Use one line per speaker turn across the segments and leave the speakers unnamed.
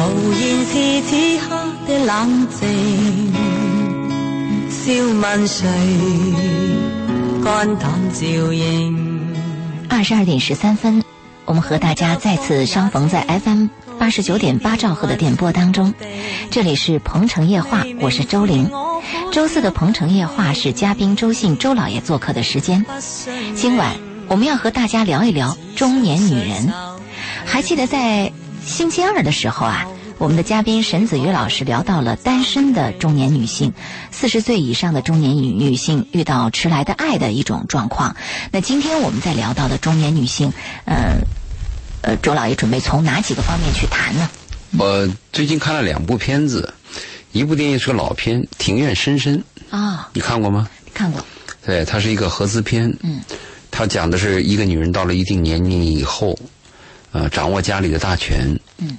現是此刻的冷靜，笑問誰，肝膽照應。
二十二点十三分，我们和大家再次相逢在 FM 八十九点八兆赫的点播当中。这里是《鹏城夜话》，我是周玲。周四的《鹏城夜话》是嘉宾周信周老爷做客的时间。今晚我们要和大家聊一聊中年女人。还记得在星期二的时候啊，我们的嘉宾沈子瑜老师聊到了单身的中年女性，四十岁以上的中年女女性遇到迟来的爱的一种状况。那今天我们在聊到的中年女性，呃，呃，周老爷准备从哪几个方面去谈呢？
我最近看了两部片子，一部电影是个老片《庭院深深》，
啊、
你看过吗？
看过，
对，它是一个合资片。
嗯，
它讲的是一个女人到了一定年龄以后，呃，掌握家里的大权。
嗯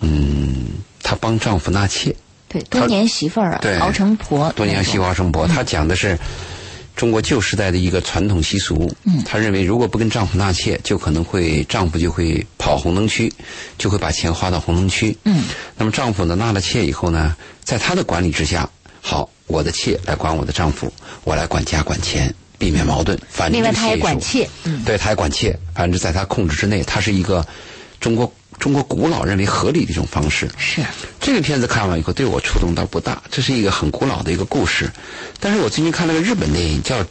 嗯她帮丈夫纳妾，
对，多年媳妇儿啊
对
熬成婆，
多年西
妇，
华生活。她讲的是中国旧时代的一个传统习俗。嗯，她认为如果不跟丈夫纳妾，就可能会丈夫就会跑红灯区，就会把钱花到红灯区。
嗯，
那么丈夫呢纳了妾以后呢，在她的管理之下，好，我的妾来管我的丈夫，我来管家管钱，避免矛盾。反正
另外
这个
她也
妾
管
是我
妾，嗯，
对，她也管妾，反正在她控制之内，她是一个中国中国古老认为合理的一种方式。
是，
这个片子看完以后，对我触动倒不大。这是一个很古老的一个故事，但是我最近看了个日本电影，叫《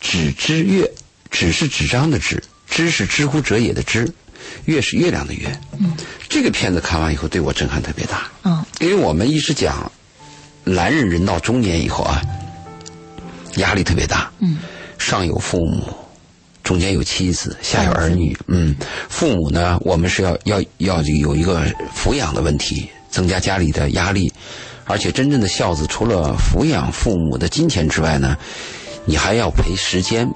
纸之月》，纸是纸张的纸，知是知乎者也的知，月是月亮的月。嗯，这个片子看完以后，对我震撼特别大。
嗯，
因为我们一直讲，男人人到中年以后啊，压力特别大。嗯，上有父母，中间有妻子，下有儿女。嗯，父母呢，我们是要要要有一个抚养的问题，增加家里的压力。而且，真正的孝子除了抚养父母的金钱之外呢，你还要陪时间、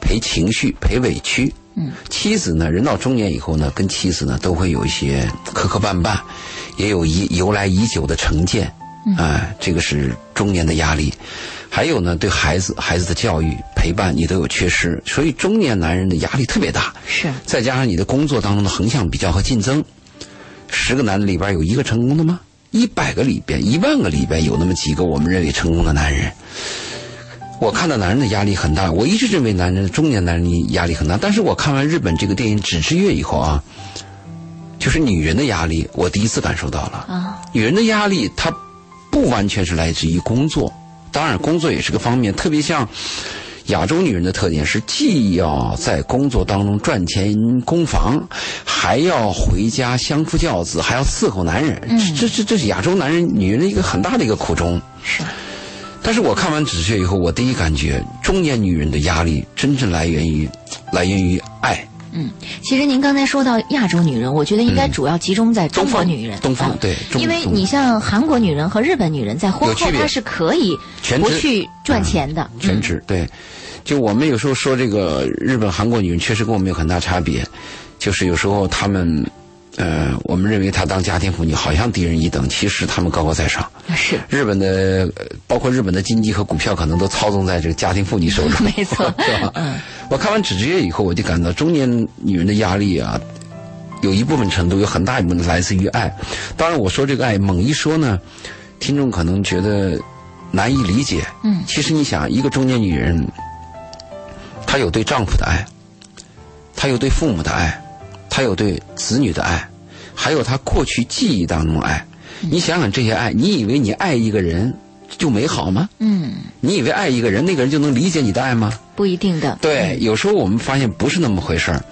陪情绪、陪委屈。嗯，妻子呢，人到中年以后呢，跟妻子呢都会有一些磕磕绊绊，也有一由来已久的成见。啊、这个是中年的压力，还有呢，对孩子、孩子的教育、陪伴，你都有缺失，所以中年男人的压力特别大。
是，
再加上你的工作当中的横向比较和竞争，十个男的里边有一个成功的吗？一百个里边，一万个里边有那么几个我们认为成功的男人。我看到男人的压力很大，我一直认为男人中年男人压力很大，但是我看完日本这个电影《纸之月》以后啊，就是女人的压力，我第一次感受到了。
啊，
女人的压力，她不完全是来自于工作，当然工作也是个方面。特别像亚洲女人的特点是，既要在工作当中赚钱供房，还要回家相夫教子，还要伺候男人。这这这是亚洲男人女人的一个很大的一个苦衷。
是，
但是我看完《纸屑》以后，我第一感觉，中年女人的压力真正来源于来源于爱，
其实您刚才说到亚洲女人，我觉得应该主要集中在中国女人。
东方
嗯
对中
因为
中
你像韩国女人和日本女人，在婚后
有区别
她是可以
全
不
职嗯
去赚钱的。
全职、
嗯
对。就我们有时候说这个日本、韩国女人确实跟我们有很大差别，就是有时候她们，呃，我们认为她当家庭妇女好像低人一等，其实她们高高在上。
嗯 是，
日本的呃包括日本的经济和股票可能都操纵在这个家庭妇女手中，
没错
是吧？我看完《纸之月》以后，我就感到中年女人的压力啊，有一部分程度有很大一部分来自于爱。当然，我说这个爱猛一说呢，听众可能觉得难以理解。
嗯，
其实你想，一个中年女人，她有对丈夫的爱，她有对父母的爱，她有对子女的爱，还有她过去记忆当中的爱。你想想这些爱，你以为你爱一个人就美好吗？
嗯，
你以为爱一个人，那个人就能理解你的爱吗？
不一定的。
对，有时候我们发现不是那么回事儿，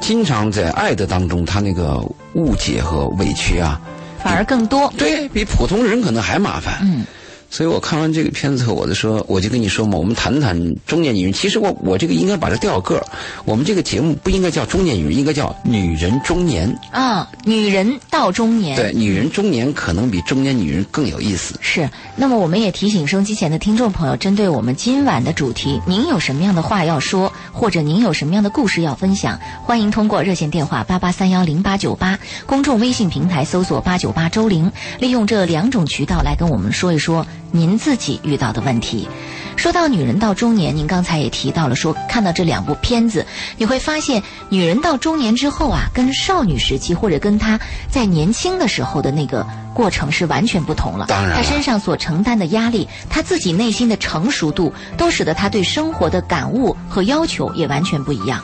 经常在爱的当中，他那个误解和委屈啊，
反而更多。
对比普通人可能还麻烦。
嗯，
所以我看完这个片子后，我就说，我就跟你说嘛，我们谈谈中年女人。其实我我这个应该把它调个儿，我们这个节目不应该叫中年女人，应该叫女人中年。
啊，女人到中年。
对，女人中年可能比中年女人更有意思。
是，那么我们也提醒收机前的听众朋友，针对我们今晚的主题，您有什么样的话要说，或者您有什么样的故事要分享，欢迎通过热线电话八八三幺零八九八，公众微信平台搜索八九八周玲，利用这两种渠道来跟我们说一说您自己遇到的问题。说到女人到中年，您刚才也提到了说，看到这两部片子，你会发现女人到中年之后啊，跟少女时期或者跟她在年轻的时候的那个过程是完全不同了。
当然了
她身上所承担的压力，她自己内心的成熟度，都使得她对生活的感悟和要求也完全不一样。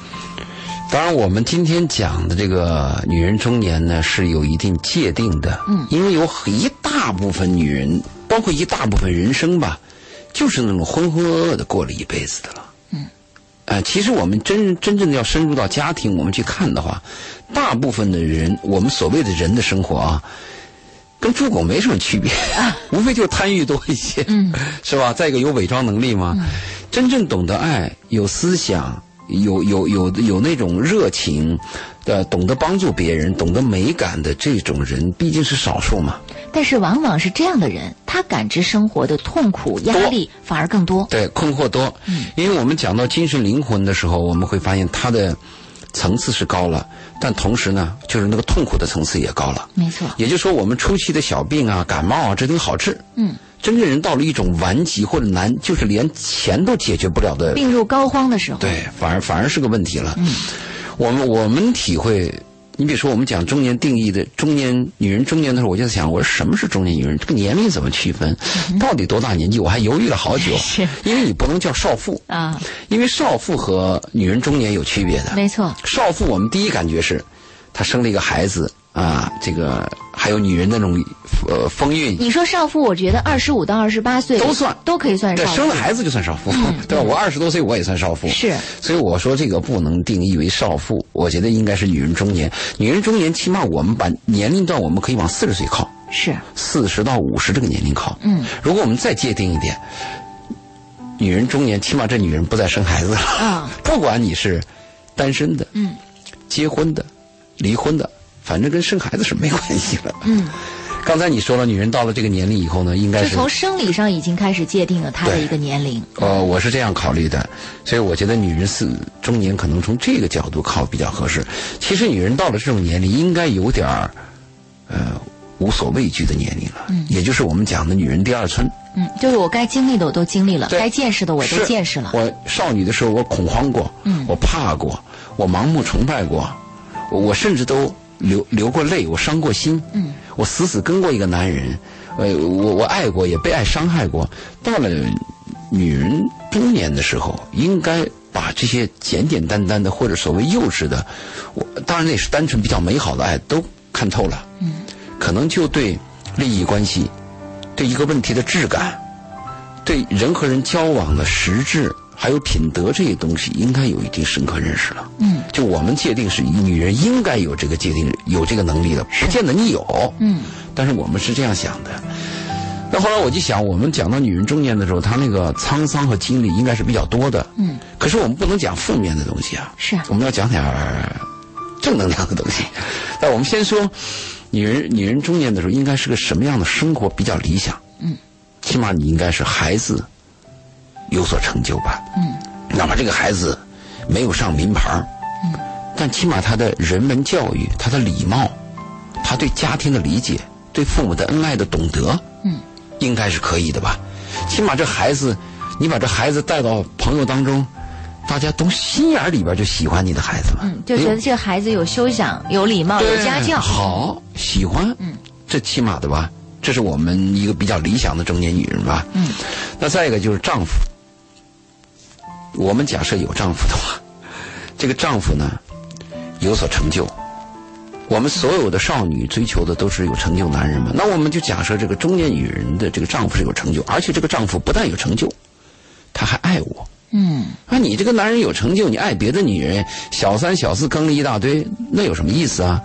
当然，我们今天讲的这个女人中年呢，是有一定界定的。嗯，因为有一大部分女人，包括一大部分人生吧，就是那种浑浑噩噩的过了一辈子的了。嗯，呃，其实我们真真正的要深入到家庭，我们去看的话，大部分的人，我们所谓的人的生活啊，跟猪狗没什么区别， 无非就是贪欲多一些，嗯、是吧？再一个有伪装能力嘛，真正懂得爱，有思想，有有有有那种热情，呃，懂得帮助别人，懂得美感的这种人，毕竟是少数嘛。
但是往往是这样的人，他感知生活的痛苦、压力反而更多。
对，困惑多。因为我们讲到精神灵魂的时候，我们会发现它的层次是高了，但同时呢，就是那个痛苦的层次也高了。
没错，
也就是说，我们初期的小病啊、感冒啊，这都好治。嗯，真正人到了一种顽疾或者难，就是连钱都解决不了的，
病入膏肓的时候，
对，反而反而是个问题了。嗯，我们我们体会，你比如说我们讲中年定义的中年女人中年的时候，我就在想，我说什么是中年女人？这个年龄怎么区分？到底多大年纪？我还犹豫了 好久，
是
因为你不能叫少妇，
啊，
因为少妇和女人中年有区别的。
没错，
少妇，我们第一感觉是，她生了一个孩子啊，这个还有女人那种呃风韵，
你说少妇，我觉得二十五到二十八岁
都算
都可以算
对，
少
生
妇
了。孩子就算少妇， 对吧？我二十多岁我也算少妇，
嗯是。
所以我说这个不能定义为少妇，我觉得应该是女人中年。女人中年，起码我们把年龄段我们可以往四十岁靠，
是，
四十到五十这个年龄靠。
嗯，
如果我们再界定一点，女人中年，起码这女人不再生孩子了。
嗯，
不管你是单身的，
嗯，
结婚的，离婚的，反正跟生孩子是没关系了。嗯，刚才你说了，女人到了这个年龄以后呢，应该
就是从生理上已经开始界定了她的
对
一个年龄。
呃，我是这样考虑的，所以我觉得女人是中年，可能从这个角度靠比较合适。其实女人到了这种年龄，应该有点儿，呃，无所畏惧的年龄了，也就是我们讲的女人第二春。
嗯，就是我该经历的我都经历了，
对
该见识的我都
是
见识了。嗯
我少女的时候，我恐慌过，我怕过，我盲目崇拜过，我我甚至都流流过泪，我伤过心，嗯，我死死跟过一个男人，呃，我我爱过，也被爱伤害过。到了女人中年的时候，应该把这些简简单单的或者所谓幼稚的，我当然那也是单纯比较美好的爱都看透了，嗯，可能就对利益关系，对一个问题的质感。对人和人交往的实质还有品德这些东西，应该有一定深刻认识了。嗯，就我们界定是女人应该有这个界定，有这个能力的，不见得你有。嗯，但是我们是这样想的。那后来我就想，我们讲到女人中年的时候，她那个沧桑和经历应该是比较多的。嗯，可是我们不能讲负面的东西啊。
是啊
我们要讲点儿正能量的东西。那我们先说，女人女人中年的时候应该是个什么样的生活比较理想？起码你应该是孩子有所成就吧。嗯，哪怕这个孩子没有上名牌嗯，但起码他的人文教育、他的礼貌、他对家庭的理解、对父母的恩爱的懂得，嗯，应该是可以的吧。起码这孩子，你把这孩子带到朋友当中，大家从心眼儿里边就喜欢你的孩子了，
嗯，就觉得这个孩子有修养、有礼貌、有
对
家教。
好，喜欢，嗯，这起码的吧，这是我们一个比较理想的中年女人吧，嗯，那再一个就是丈夫，我们假设有丈夫的话， 这个丈夫呢有所成就。我们所有的少女追求的都是有成就男人嘛，那我们就假设这个中年女人的这个丈夫是有成就，而且这个丈夫不但有成就，他还爱我，
嗯，
啊，你这个男人有成就，你爱别的女人，小三小四更了一大堆，那有什么意思啊？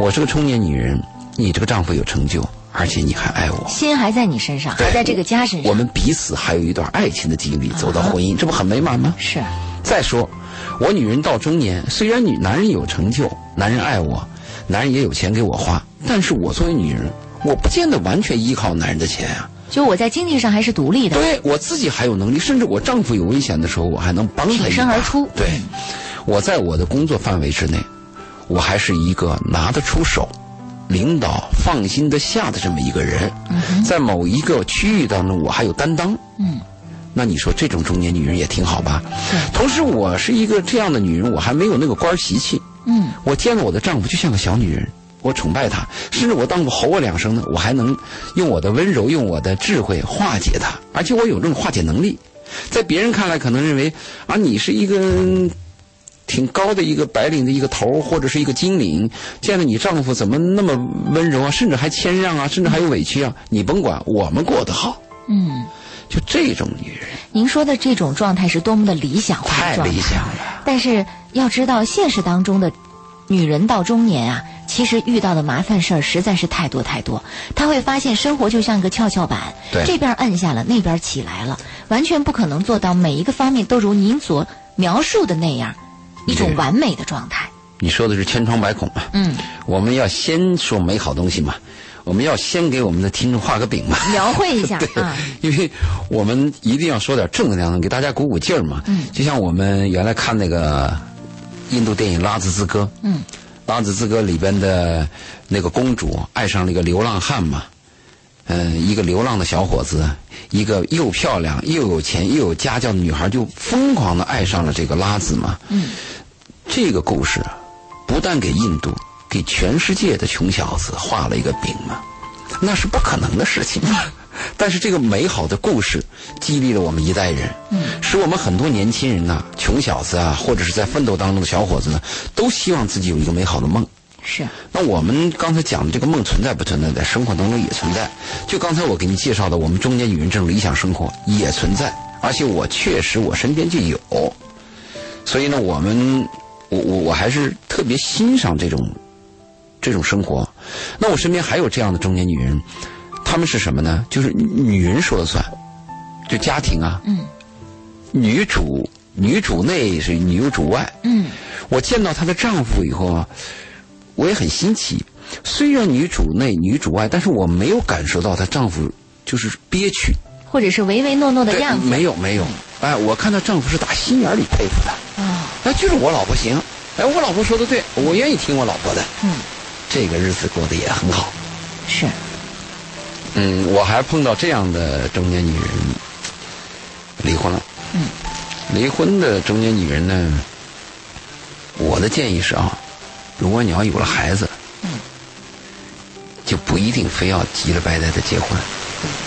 我是个中年女人，你这个丈夫有成就，而且你还爱我，
心还在你身上，
对
还在这个家身
我
上。
们彼此还有一段爱情的经历，走到婚姻，这不很美满吗？
是，
再说，我女人到中年，虽然女男人有成就，男人爱我，男人也有钱给我花，但是我作为女人，我不见得完全依靠男人的钱啊。
就我在经济上还是独立的。
对我自己还有能力，甚至我丈夫有危险的时候，我还能帮他一把
挺身而出嗯
对，我在我的工作范围之内，我还是一个拿得出手、领导放心得下的这么一个人。在某一个区域当中我还有担当，
嗯，
那你说这种中年女人也挺好吧？同时，我是一个这样的女人，我还没有那个官儿习气。
嗯，
我见了我的丈夫就像个小女人，我崇拜他，甚至我当我吼我两声呢，我还能用我的温柔，用我的智慧化解他，而且我有这种化解能力。在别人看来，可能认为啊，你是一个嗯挺高的一个白领的一个头儿，或者是一个金领，见了你丈夫怎么那么温柔啊，甚至还谦让啊，甚至还有委屈啊？你甭管，我们过得好，
嗯，
就这种女人
您说的这种状态是多么的理想化
太
的状态
理想了。
但是要知道，现实当中的女人到中年啊，其实遇到的麻烦事儿实在是太多太多。她会发现生活就像个跷跷板，
对
这边按下了，那边起来了，完全不可能做到每一个方面都如您所描述的那样一种
对
完美的状态。
你说的是千疮百孔嘛？
嗯，
我们要先说美好东西嘛，我们要先给我们的听众画个饼 嘛。
描绘一下
对
啊，，
因为我们一定要说点正能量的，给大家鼓鼓劲儿嘛。
嗯
就像我们原来看那个印度电影《拉兹之歌》，
嗯，
《拉兹之歌》里边的那个公主爱上了一个流浪汉嘛，嗯、一个流浪的小伙子，一个又漂亮又有钱又有家教的女孩，就疯狂的爱上了这个拉兹嘛。
嗯，
这个故事啊不但给印度，给全世界的穷小子画了一个饼嘛，那是不可能的事情嘛。 但是这个美好的故事激励了我们一代人，使我们很多年轻人呐、穷小子啊，或者是在奋斗当中的小伙子呢，都希望自己有一个美好的梦。
是
那我们刚才讲的这个梦存在不存在，在生活当中也存在。就刚才我给你介绍的，我们中年女人这种理想生活也存在，而且我确实我身边就有。所以呢，我们我我我还是特别欣赏这种这种生活。那我身边还有这样的中年女人，她们是什么呢？就是女人说了算，就家庭啊，
嗯，
女主女主内是女主外，
嗯
我见到她的丈夫以后啊，我也很新奇。虽然女主内女主外，但是我没有感受到她丈夫就是憋屈，
或者是唯唯诺诺的样子
没有没有。哎，我看她丈夫是打心眼里佩服她，
啊、
哎，就是我老婆行，哎，我老婆说的对，我愿意听我老婆的，
嗯，
这个日子过得也很好。
是
嗯，我还碰到这样的中年女人离婚了。
嗯，
离婚的中年女人呢，我的建议是啊，如果你要有了孩子，
嗯，
就不一定非要急了白呆的结婚。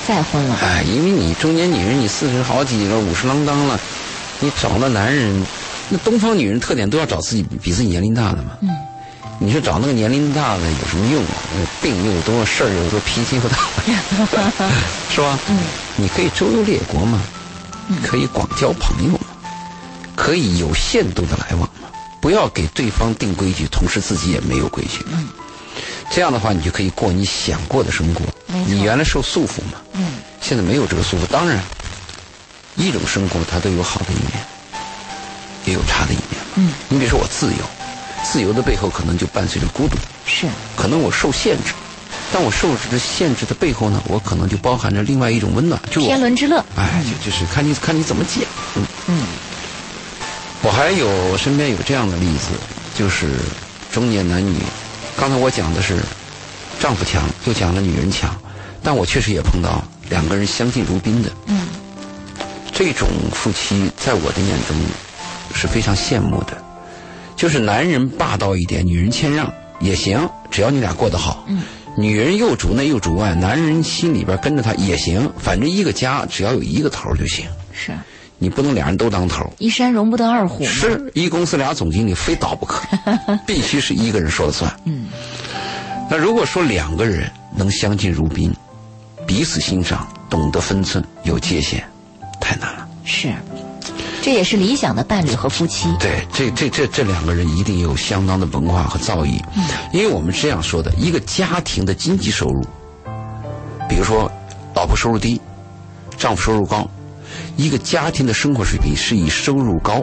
再婚了，
哎，因为你中年女人，你四十好几了，五十啷当了，你找了男人，那东方女人特点都要找自己比比自己年龄大的嘛。
嗯，
你说找那个年龄大的有什么用啊？呃病又多，事儿又多，脾气又大， 是吧？
嗯，
你可以周游列国嘛，可以广交朋友嘛，可以有限度的来往嘛，不要给对方定规矩，同时自己也没有规矩。嗯，这样的话，你就可以过你想过的生活
没。错
你原来受束缚嘛，
嗯
现在没有这个束缚。当然，一种生活它都有好的一面，也有差的一面嘛。
嗯，
你比如说我自由，自由的背后可能就伴随着孤独，
是
可能我受限制，但我受制的限制的背后呢，我可能就包含着另外一种温暖，就我
天伦之乐，
哎，就就是看你看你怎么解。嗯，
嗯
我还有我身边有这样的例子，就是中年男女。刚才我讲的是丈夫强，又讲了女人强，但我确实也碰到两个人相敬如宾的。
嗯
这种夫妻在我的眼中是非常羡慕的，就是男人霸道一点，女人谦让也行，只要你俩过得好。嗯，女人又主内又主外，男人心里边跟着她也行，反正一个家只要有一个头儿就行，
是
你不能俩人都当头儿。
一山容不得二虎嘛，
是一公司俩总经理非倒不可， 必须是一个人说了算。
嗯，
那如果说两个人能相敬如宾，彼此欣赏，懂得分寸，有界限，太难了。
是，这也是理想的伴侣和夫妻。
对，这这这这两个人一定有相当的文化和造诣，因为我们是这样说的：一个家庭的经济收入，比如说老婆收入低，丈夫收入高，一个家庭的生活水平是以收入高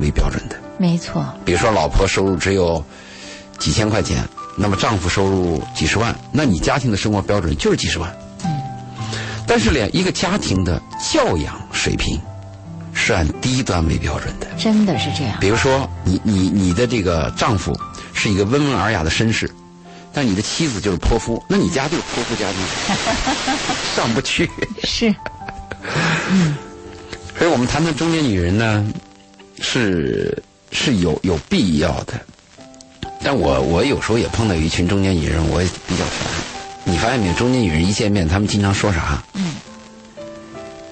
为标准的。
没错，
比如说老婆收入只有几千块钱，那么丈夫收入几十万，那你家庭的生活标准就是几十万。但是呢，一个家庭的教养水平是按低端为标准的。
真的是这样。
比如说，你你你的这个丈夫是一个温文尔雅的绅士，但你的妻子就是泼妇，那你家就是泼妇家庭，上不去。
是，
所以我们谈谈中年女人呢，是是有有必要的。但我我有时候也碰到一群中年女人，我也比较烦。你发现没有，中年女人一见面，她们经常说啥？嗯，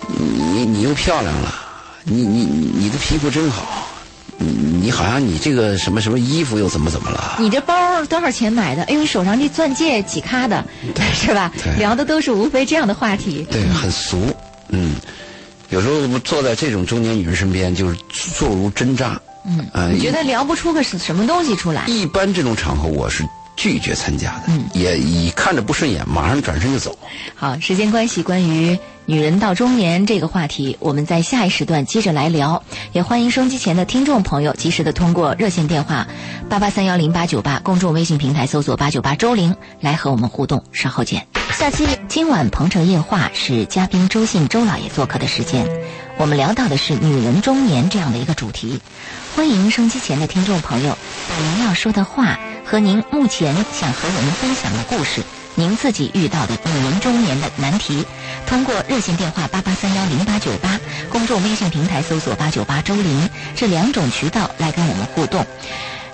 你你又漂亮了，你你你你的皮肤真好，你你好像你这个什么什么衣服又怎么怎么了？
你这包多少钱买的？哎呦，你手上这钻戒几卡的，是吧
对？
聊的都是无非这样的话题。
对，很俗。嗯，有时候我们坐在这种中年女人身边，就是坐如针扎。嗯，啊、
你觉得聊不出个什什么东西出来？
一般这种场合我是拒绝参加的，
嗯
也以看着不顺眼，马上转身就走。
好，时间关系，关于女人到中年这个话题，我们在下一时段接着来聊。也欢迎收音机前的听众朋友及时的通过热线电话八八三幺零八九八，公众微信平台搜索八九八周玲来和我们互动。稍后见。下期今晚《鹏城夜话》是嘉宾周信周老爷做客的时间，我们聊到的是女人中年这样的一个主题。欢迎收音机前的听众朋友，把您要说的话和您目前想和我们分享的故事。您自己遇到的女人中年的难题，通过热线电话八八三幺零八九八，公众微信平台搜索八九八周玲这两种渠道来跟我们互动。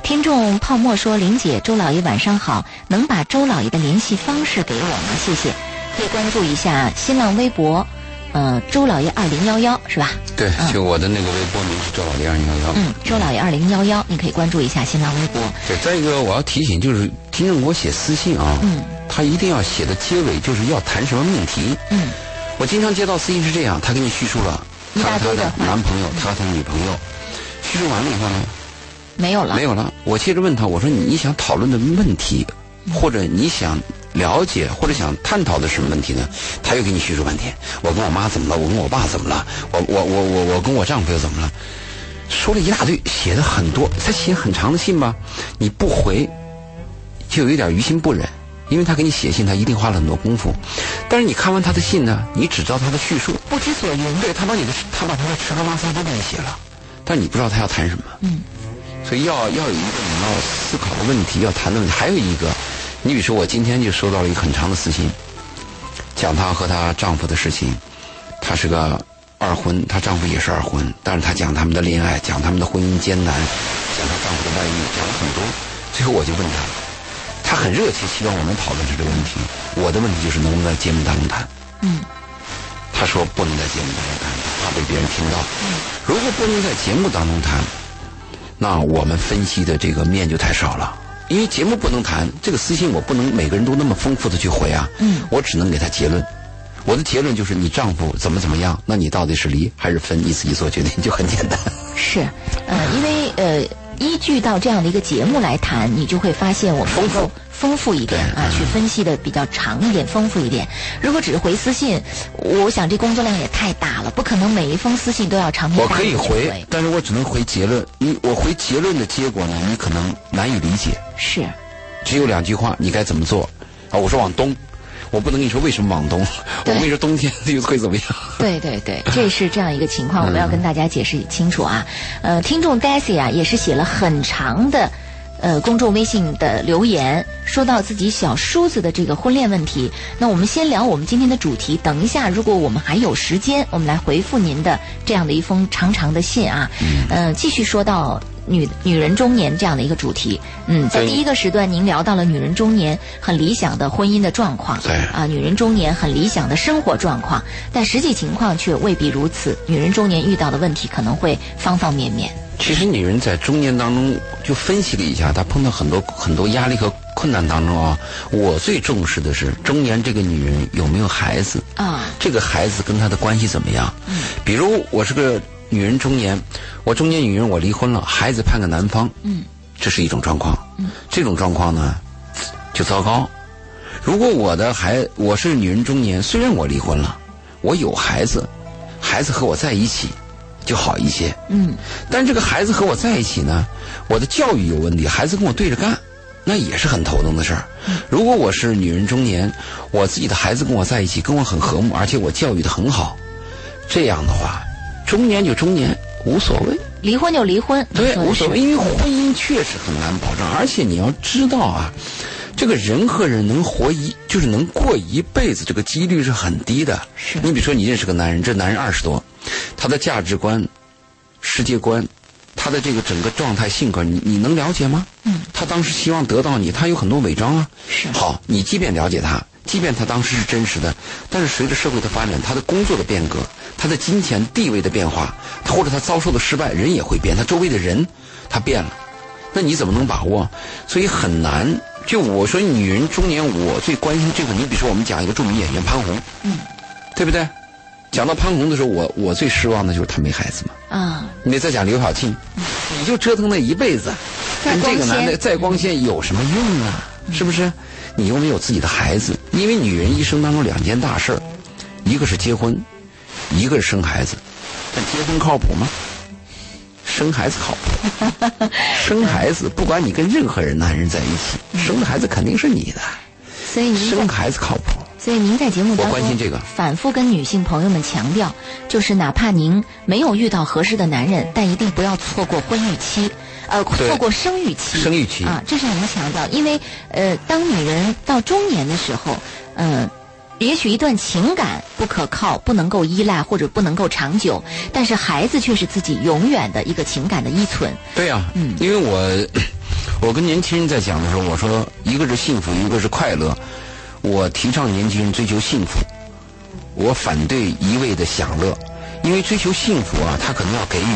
听众泡沫说：“玲姐，周老爷晚上好，能把周老爷的联系方式给我吗？谢谢。可以关注一下新浪微博，呃，周老爷二零幺幺是吧？
对，就我的那个微博名是周老爷二零幺幺。
啊嗯，周老爷二零幺幺，你可以关注一下新浪微博。
对，再一个我要提醒就是，听众给我写私信啊，他一定要写的结尾就是要谈什么命题。
嗯，
我经常接到私信是这样，他给你叙述了
一
他
大
和他
堆的
的
话
男朋友，他和他的女朋友，叙述完了以后呢，
没有了，
没有了。我接着问他，我说你想讨论的问题，
嗯
或者你想了解或者想探讨的什么问题呢？他又给你叙述半天，我跟我妈怎么了？我跟我爸怎么了？我我我我我跟我丈夫又怎么了？说了一大堆，写的很多，他写很长的信吧，你不回，就有一点于心不忍。因为他给你写信，他一定花了很多功夫，但是你看完他的信呢，你只知道他的叙述，
不知所云。
对他把你的他把他的吃喝拉撒都给你写了，但你不知道他要谈什么。嗯，所以要要有一个你要思考的问题，要谈的问题。还有一个，你比如说我今天就收到了一个很长的私信，讲她和她丈夫的事情，她是个二婚，她丈夫也是二婚，但是她讲他们的恋爱，讲他们的婚姻艰难，讲她丈夫的外遇，讲了很多。最后我就问她，她很热切希望我们讨论这个问题。我的问题就是能不能在节目当中谈。他说不能在节目当中谈，怕被别人听到。如果不能在节目当中谈，那我们分析的这个面就太少了。因为节目不能谈，这个私信我不能每个人都那么丰富的去回啊。嗯，我只能给他结论。我的结论就是，你丈夫怎么怎么样，那你到底是离还是分，你自己做决定，就很 简单。
是，呃，因为呃，依据到这样的一个节目来谈，你就会发现我们能够丰富一点啊，去分析的比较长一点，丰富一点。如果只是回私信，我想这工作量也太大了，不可能每一封私信都要长篇
我
大
可
论
以
去
回，但是我只能回结论。你我回结论的结果呢，你可能难以理解。
是，
只有两句话，你该怎么做？啊，我说往东，我不能跟你说为什么往东，我
对
跟你说冬天 又会怎么样？
对对对，这是这样一个情况，我们要跟大家解释清楚啊。呃，听众 Daisy 啊，也是写了很长的。呃，公众微信的留言说到自己小叔子的这个婚恋问题，那我们先聊我们今天的主题。等一下，如果我们还有时间，我们来回复您的这样的一封长长的信啊。嗯、呃，继续说到女女人中年这样的一个主题。嗯，在
对
第一个时段，您聊到了女人中年很理想的婚姻的状况。
对
啊，女人中年很理想的生活状况，但实际情况却未必如此。女人中年遇到的问题可能会方方面面。
其实女人在中年当中，就分析了一下，她碰到很多很多压力和困难当中啊，我最重视的是中年这个女人有没有孩子
啊
这个孩子跟她的关系怎么样？比如我是个女人中年，我中年女人我离婚了，孩子判给男方，嗯，这是一种状况，嗯，这种状况呢就糟糕。如果我的孩我是女人中年，虽然我离婚了，我有孩子，孩子和我在一起就好一些，
嗯，
但这个孩子和我在一起呢，我的教育有问题，孩子跟我对着干，那也是很头疼的事儿。如果我是女人中年，我自己的孩子跟我在一起，跟我很和睦，而且我教育的很好，这样的话，中年就中年无所谓，
离婚就离婚，
对，
说的
无所
是
谓，因为婚姻确实很难保障，而且你要知道啊，这个人和人能活一，就是能过一辈子，这个几率是很低的。
是
你比如说，你认识个男人，这男人二十多，他的价值观、世界观，他的这个整个状态、性格，你你能了解吗？嗯，他当时希望得到你，他有很多伪装啊。
是
好，你即便了解他，即便他当时是真实的，但是随着社会的发展，他的工作的变革，他的金钱地位的变化，他或者他遭受的失败，人也会变，他周围的人他变了，那你怎么能把握？所以很难。就我说，女人中年，我最关心这个。你比如说，我们讲一个著名演员潘虹，嗯，对不对？讲到潘虹的时候，我我最失望的就是她没孩子嘛。
啊，
你再讲刘晓庆，你就折腾那一辈子，
再
跟
光
这个男的
鲜嗯
再光鲜有什么用啊？是不是？你又没有自己的孩子，因为女人一生当中两件大事儿，一个是结婚，一个是生孩子。但结婚靠谱吗？生孩子靠谱。 生孩子，不管你跟任何人男人在一起，生的孩子肯定是你的，
所以您在
生孩子靠谱。
所以您在节目当中，
我关心这个
反复跟女性朋友们强调，就是哪怕您没有遇到合适的男人，但一定不要错过婚育期，呃，
对
错过生育期。
生育期
啊，这是我们强调，因为呃，当女人到中年的时候，嗯、也许一段情感不可靠，不能够依赖或者不能够长久，但是孩子却是自己永远的一个情感的依存。
对呀、嗯，因为我 我跟年轻人在讲的时候，我说一个是幸福，一个是快乐。我提倡年轻人追求幸福，我反对一味的享乐，因为追求幸福啊，他可能要给予，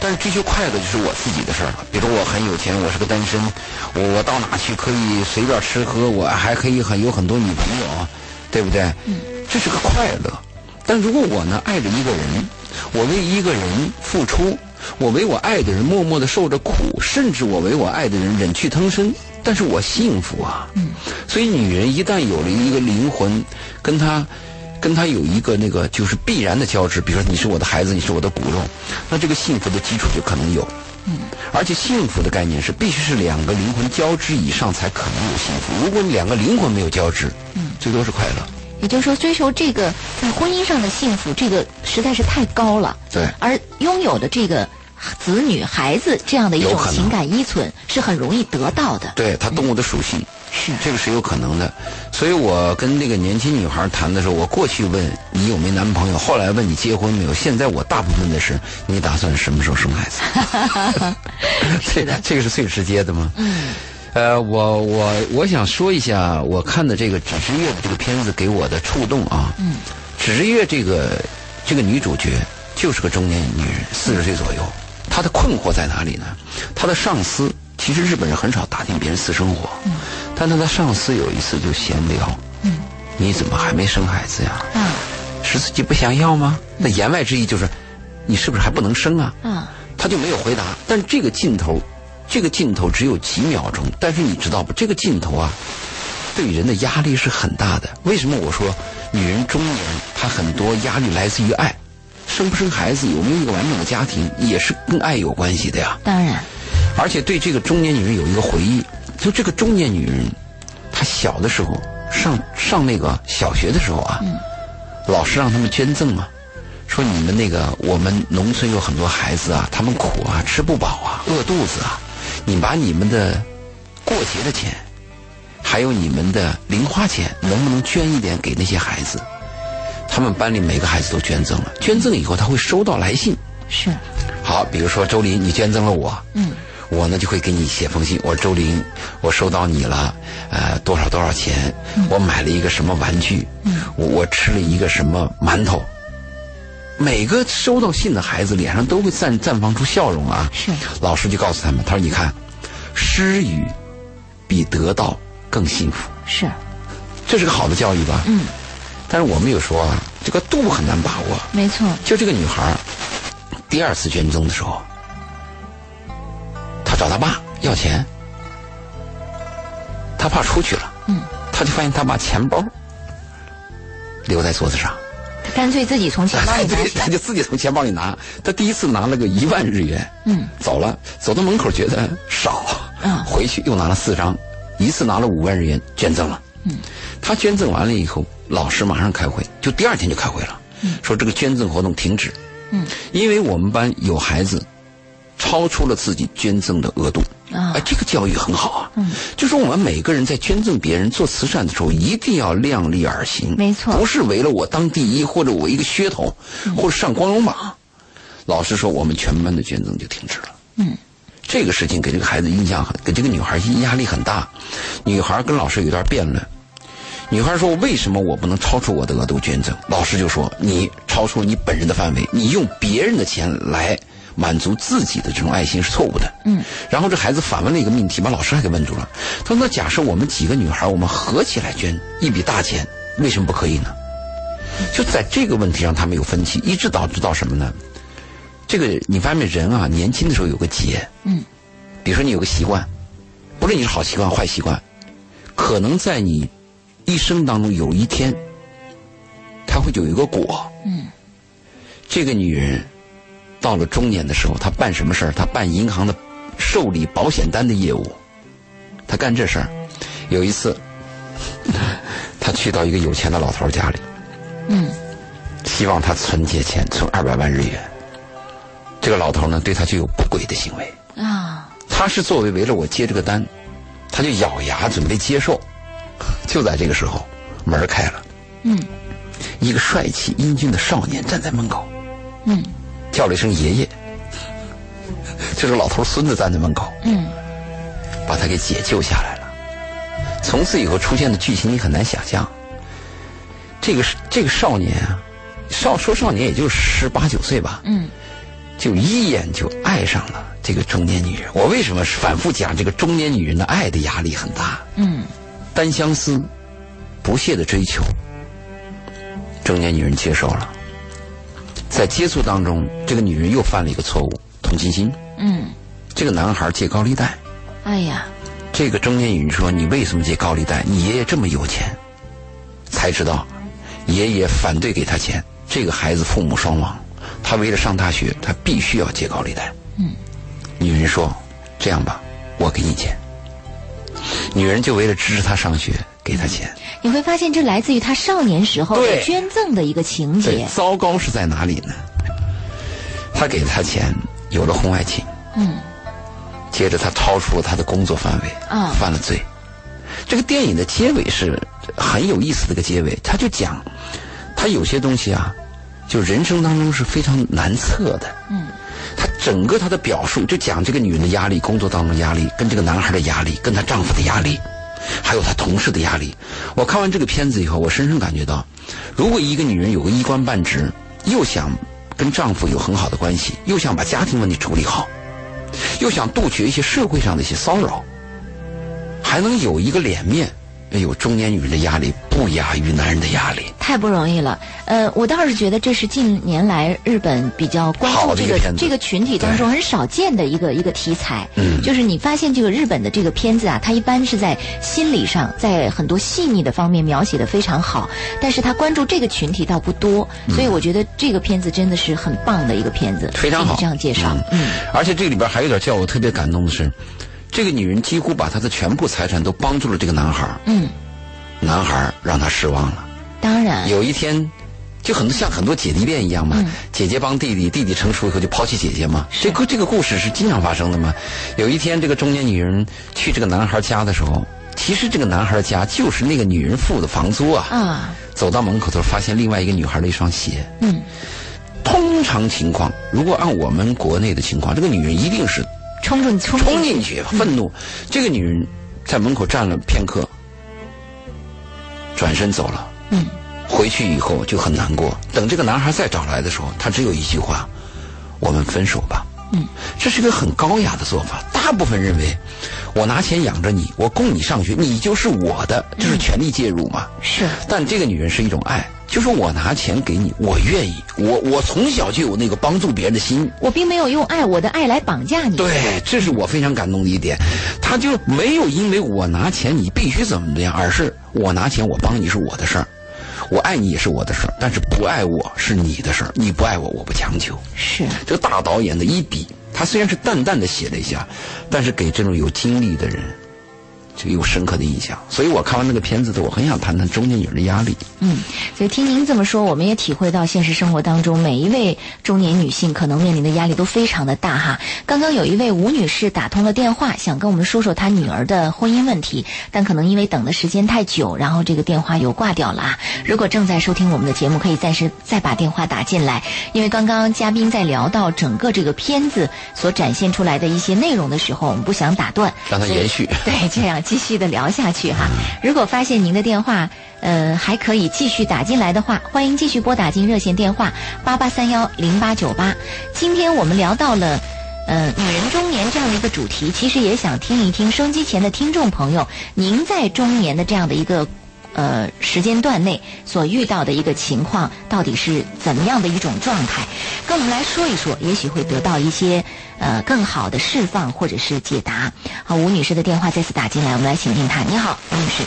但是追求快乐就是我自己的事儿了。比如我很有钱，我是个单身，我我到哪去可以随便吃喝，我还可以很有很多女朋友，啊对不对？这是个快乐。但如果我呢爱着一个人，我为一个人付出，我为我爱的人默默的受着苦，甚至我为我爱的人忍气吞声，但是我幸福啊。所以女人一旦有了一个灵魂，跟她跟他有一个那个就是必然的交织，比如说你是我的孩子，你是我的骨肉，那这个幸福的基础就可能有。嗯，而且幸福的概念是必须是两个灵魂交织以上才可能有幸福。如果你两个灵魂没有交织，嗯，最多是快乐。
也就是说，追求这个在婚姻上的幸福，这个实在是太高了。
对
而拥有的这个子女、孩子这样的一种
有可能
情感依存，是很容易得到的。
对，它动物的属性。
是
这个是有可能的。所以我跟那个年轻女孩谈的时候，我过去问你有没有男朋友，后来问你结婚没有，现在我大部分的是你打算什么时候生孩子？ 这个这个是最直接的吗？嗯。呃，我我我想说一下，我看的这个《纸之月》的这个片子给我的触动啊。嗯。《纸之月》这个这个女主角就是个中年女人，四十岁左右。她的困惑在哪里呢？她的上司其实日本人很少打听别人私生活，嗯、但她的上司有一次就闲聊，嗯，你怎么还没生孩子呀？
啊
十四级不想要吗？那言外之意就是，你是不是还不能生啊？
啊，
他就没有回答。但这个镜头，这个镜头只有几秒钟，但是你知道不？这个镜头啊，对人的压力是很大的。为什么我说女人中年，她很多压力来自于爱，生不生孩子，有没有一个完整的家庭，也是跟爱有关系的呀。
当然，
而且对这个中年女人有一个回忆，就这个中年女人，她小的时候上上那个小学的时候啊，老师让他们捐赠啊，说你们那个我们农村有很多孩子啊，他们苦啊，吃不饱啊，饿肚子啊，你把你们的过节的钱，还有你们的零花钱，能不能捐一点给那些孩子？他们班里每个孩子都捐赠了，捐赠以后他会收到来信，
是
好，比如说周林，你捐赠了我，嗯，我呢就会给你写封信，我说周林，我收到你了，呃，多少多少钱，我买了一个什么玩具，嗯，我我吃了一个什么馒头。每个收到信的孩子脸上都会绽绽放出笑容啊！
是
老师就告诉他们，他说：“你看，施予比得到更幸福。”
是，
这是个好的教育吧？嗯。但是我们有说啊，这个度很难把握。
没错，
就这个女孩儿，第二次捐赠的时候，她找她爸要钱，她爸出去了，嗯，她就发现她把钱包留在桌子上，
他干脆自己从钱 包里拿
对，
出来
她就自己从钱包里拿。她第一次拿了个一万日元，嗯，走了，走到门口觉得少，
嗯
回去又拿了四张，一次拿了五万日元捐赠了，嗯，她捐赠完了以后，老师马上开会，就第二天就开
嗯
会了，说这个捐赠活动停止，因为我们班有孩子超出了自己捐赠的额度。
啊
哎，这个教育很好啊。嗯，就说我们每个人在捐赠别人做慈善的时候，一定要量力而行。
没错嗯
不是为了我当第一，或者我一个噱头，或者上光荣
啊
榜。老实说，我们全班的捐赠就停止了。
嗯，
这个事情给这个孩子印象很，给这个女孩压力很大。女孩跟老师有一段辩论，女孩说：“为什么我不能超出我的额度捐赠？”老师就说：“你超出你本人的范围，你用别人的钱来满足自己的这种爱心是错误的。”嗯。然后这孩子反问了一个命题，把老师还给问住了。他说：“那假设我们几个女孩，我们合起来捐一笔大钱，为什么不可以呢？”就在这个问题上，他们有分歧，一直导致到什么呢？这个你发现人啊，年轻的时候有个结，嗯，比如说你有个习惯，不论你是好习惯坏习惯，可能在你一生当中有一天，它会有一个果，嗯，这个女人到了中年的时候，她办什么事儿？她办银行的受理保险单的业务，她干这事儿。有一次， 她去到一个有钱的老头儿家里，嗯，希望他存些钱，存二百万日元。这个老头呢，对他就有不轨的行为。
啊，
他是作为为了我接这个单，他就咬牙准备接受。就在这个时候，门儿开了，嗯，一个帅气英俊的少年站在门口，嗯，叫了一声爷爷，这是老头孙子站在门口，嗯，把他给解救下来了。从此以后出现的剧情你很难想象。这个是这个少年啊，少说少年也就十八九岁吧，嗯，就一眼就爱上了这个中年女人。我为什么反复讲这个中年女人的爱的压力很大？
嗯，
单相思，不懈的追求，中年女人接受了。在接触当中，这个女人又犯了一个错误，同情心。
嗯，
这个男孩借高利贷，
哎呀，
这个中年女人说：“你为什么借高利贷？你爷爷这么有钱。”才知道，爷爷反对给他钱。这个孩子父母双亡，他为了上大学，他必须要借高利贷。嗯，女人说：“这样吧，我给你钱。”女人就为了支持他上学，给他钱。
你会发现这来自于他少年时候的
对
捐赠的一个情
对
节，。
糟糕是在哪里呢？他给了他钱，有了婚外情。嗯。接着他超出了他的工作范围，
啊
犯了罪。这个电影的结尾是很有意思的一个结尾，他就讲，他有些东西啊，就人生当中是非常难测的。嗯。他整个他的表述就讲这个女人的压力，工作当中的压力，跟这个男孩的压力，跟她丈夫的压力，还有她同事的压力。我看完这个片子以后，我深深感觉到，如果一个女人有个一官半职，又想跟丈夫有很好的关系，又想把家庭问题处理好，又想杜绝一些社会上的一些骚扰，还能有一个脸面，哎呦，中年女人的压力不亚于男人的压力。
太不容易了，呃，我倒是觉得这是近年来日本比较关注
好的
这
一个
个
片子
这个群体当中很少见的一个一个题材。
嗯
就是你发现这个日本的这个片子啊，它一般是在心理上，在很多细腻的方面描写的非常好，但是它关注这个群体倒不多，所以我觉得这个片子真的是很棒的一个片子，
嗯非常
听
好
你这样介绍，嗯，
而且这里边还有点叫我特别感动的是，这个女人几乎把她的全部财产都帮助了这个男孩儿，
嗯，
男孩儿让她失望了。
当然，
有一天，就很多像很多姐弟恋一样嘛，姐姐帮弟弟，弟弟成熟以后就抛弃姐姐嘛。这个这个故嗯事是经常发生的嘛。有一天，这个中年女人去这个男孩家的时候，其实这个男孩家就是那个女人付的房租啊。
啊，
走到门口的时候，发现另外一个女孩的一双鞋。嗯，通常情况，如果按我们国内的情况，这个女人一定是
冲着你冲
冲进去，愤怒。这个女人在门口站了片刻，转身走了。
嗯，
回去以后就很难过。等这个男孩再找来的时候，他只有一句话：“我们分手吧。”嗯，这是个很高雅的做法。大部分认为，我拿钱养着你，我供你上学，你就是我的，这是权力介入嘛？
嗯是，
但这个女人是一种爱，就是我拿钱给你，我愿意，我我从小就有那个帮助别人的心，
我并没有用爱我的爱来绑架你，
对，这是我非常感动的一点。他就没有因为我拿钱你必须怎么怎么样，而是我拿钱我帮你是我的事儿，我爱你也是我的事儿，但是不爱我是你的事儿，你不爱我我不强求。
是。
这个大导演的一笔，他虽然是淡淡的写了一下，但是给这种有经历的人，这个有深刻的印象。所以我看完那个片子的，我很想谈谈中年女人的压力。
嗯，所以听您这么说，我们也体会到现实生活当中每一位中年女性可能面临的压力都非常的大哈。刚刚有一位吴女士打通了电话，想跟我们说说她女儿的婚姻问题，但可能因为等的时间太久，然后这个电话又挂掉了啊。如果正在收听我们的节目，可以暂时再把电话打进来，因为刚刚嘉宾在聊到整个这个片子所展现出来的一些内容的时候，我们不想打断，
让它
所以
延续
对，这样继续的聊下去哈。如果发现您的电话，呃，还可以继续打进来的话，欢迎继续拨打进热线电话八八三幺零八九八。今天我们聊到了。呃，女人中年这样的一个主题，其实也想听一听收音机前的听众朋友，您在中年的这样的一个呃时间段内所遇到的一个情况，到底是怎么样的一种状态，跟我们来说一说，也许会得到一些呃更好的释放或者是解答。好，吴女士的电话再次打进来，我们来请听她。你好，吴女士，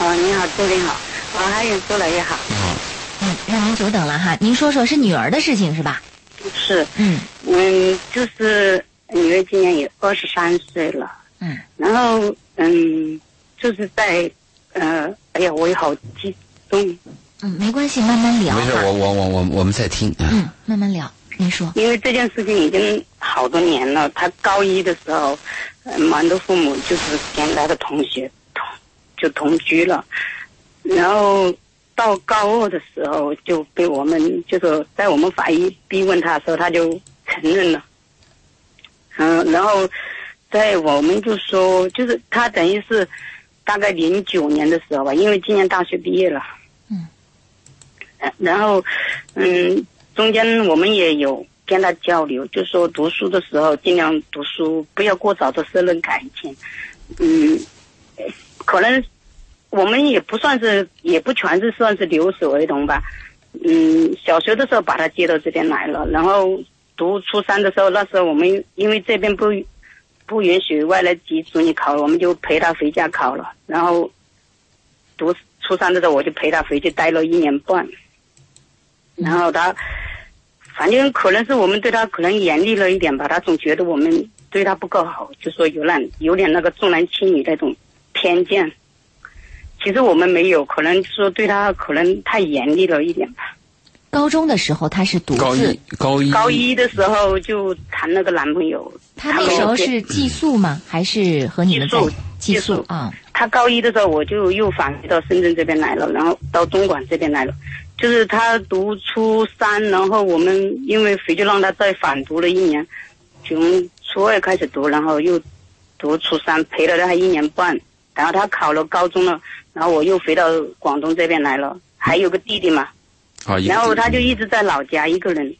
哦，你好，周林好，王还是周老爷好，
啊
嗯，让您久等了哈，您说说是女儿的事情是吧？
是，
嗯
嗯，就是女儿今年也二十三岁了，
嗯
然后嗯，就是在呃，哎呀，我也好激动，
嗯，没关系，慢慢聊
没事，
哈
我。我我我我们在听。嗯
嗯，慢慢聊，您说。
因为这件事情已经好多年了。他高一的时候，呃瞒着父母，就是跟他的同学同就同居了，然后到高二的时候就被我们就是在我们法医逼问他的时候，他就承认了。嗯，然后在我们就说，就是他等于是大概零九年的时候吧，因为今年大学毕业了。
嗯
呃。然后，嗯，中间我们也有跟他交流，就说读书的时候尽量读书，不要过早的涉入感情。嗯，可能我们也不算是，也不全是算是留守儿童吧。嗯，小学的时候把他接到这边来了，然后读初三的时候，那时候我们因为这边不不允许外来籍子女考，我们就陪他回家考了。然后读初三的时候，我就陪他回去待了一年半。然后他，反正可能是我们对他可能严厉了一点吧，他总觉得我们对他不够好，就说有点有点那个重男轻女那种偏见。其实我们没有，可能说对他可能太严厉了一点吧。
高中的时候她是独
高
自
一，高
嗯
一
高一的时候就谈了个男朋友，
她那时候是寄宿吗？还是和你们在
寄宿
寄
寄
宿
宿
啊？
他高一的时候我就又返回到深圳这边来了，然后到东莞这边来了。就是他读初三，然后我们因为回去让他再反读了一年，从初二开始读，然后又读初三，陪了他一年半。然后他考了高中了，然后我又回到广东这边来了，还有个弟弟嘛，
啊，一个
然后他就一直在老家一个人，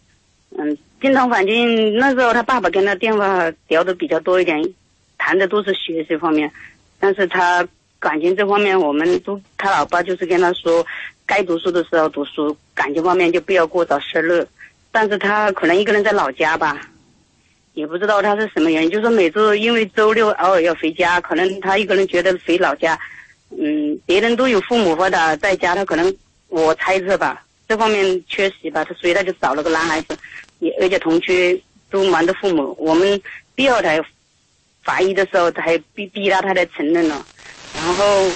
嗯，经常反正那时候他爸爸跟他电话聊的比较多一点，谈的都是学习方面，但是他感情这方面我们都，他老爸就是跟他说，该读书的时候读书，感情方面就不要过早涉入，但是他可能一个人在老家吧。也不知道他是什么原因，就是说每周因为周六偶尔要回家，可能他一个人觉得回老家，嗯，别人都有父母或者在家，他可能我猜测吧，这方面缺席吧，他所以他就找了个男孩子，也而且同居都瞒着父母。我们第二台法医的时候，他还逼逼他，他才承认了。然后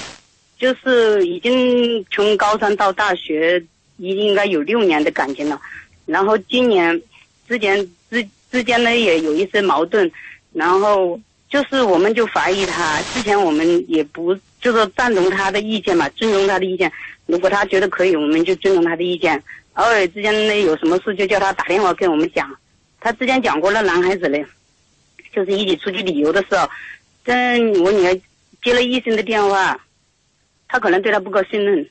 就是已经从高三到大学，已应该有六年的感情了。然后今年之前之之间呢也有一些矛盾，然后就是我们就怀疑他，之前我们也不就说赞同他的意见嘛，尊重他的意见，如果他觉得可以，我们就尊重他的意见。偶尔之间呢有什么事就叫他打电话跟我们讲，他之前讲过那男孩子嘞，就是一起出去旅游的时候，跟我女儿接了医生的电话，他可能对他不够信任，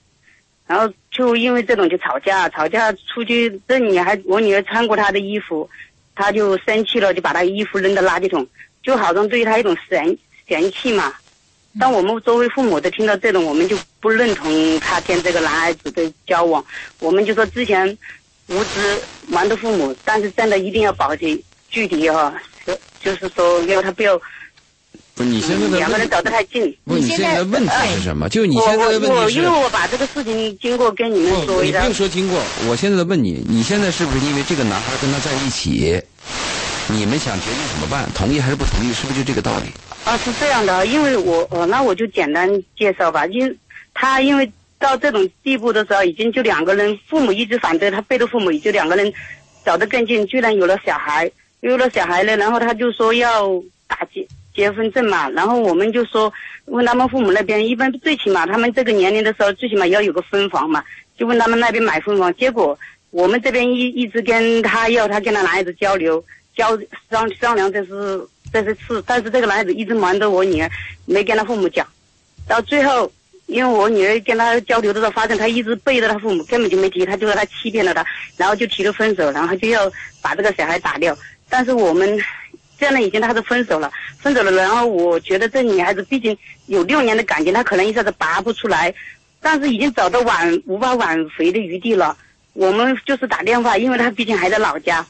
然后就因为这种就吵架，吵架出去，这女孩我女儿穿过他的衣服，他就生气了，就把他衣服扔到垃圾桶，就好像对他一种嫌嫌弃嘛。当我们周围父母都听到这种，我们就不认同他跟这个男孩子的交往，我们就说之前无知瞒着父母，但是真的一定要保持距离哈、就就是说要他不要
不是你现在的
两个
问，
人走得太近。
不是
你
你
现
现
在
在的问题是什么？就是你
呃我
现在的
我
问
我
题是
因为。我把这个事情经过跟你们
不
说
你
一
不
下
用，说经过，我现在问你，你现在是不是因为这个男孩跟他在一起，你们想决定怎么办？同意还是不同意？是不是就这个道理？
啊，是这样的，因为我呃，那我就简单介绍吧，因他因为到这种地步的时候，已经就两个人，父母一直反对，他背着父母，也就两个人走得更近，居然有了小孩，有了小孩呢，然后他就说要打结结婚证嘛，然后我们就说问他们父母那边，一般最起码他们这个年龄的时候，最起码要有个分房嘛，就问他们那边买分房，结果我们这边一一直跟他要他跟他男孩子交流交商商量这是这是事，但是这个男孩子一直瞒着我女儿，没跟他父母讲，到最后。因为我女儿跟他交流的时候，发现他一直背着他父母，根本就没提，他就说他欺骗了他，然后就提了分手，然后就要把这个小孩打掉。但是我们这样的已经他是分手了，分手了。然后我觉得这女孩子毕竟有六年的感情，她可能一下子拔不出来，但是已经找到挽无法挽回的余地了。我们就是打电话，因为她毕竟还在老家，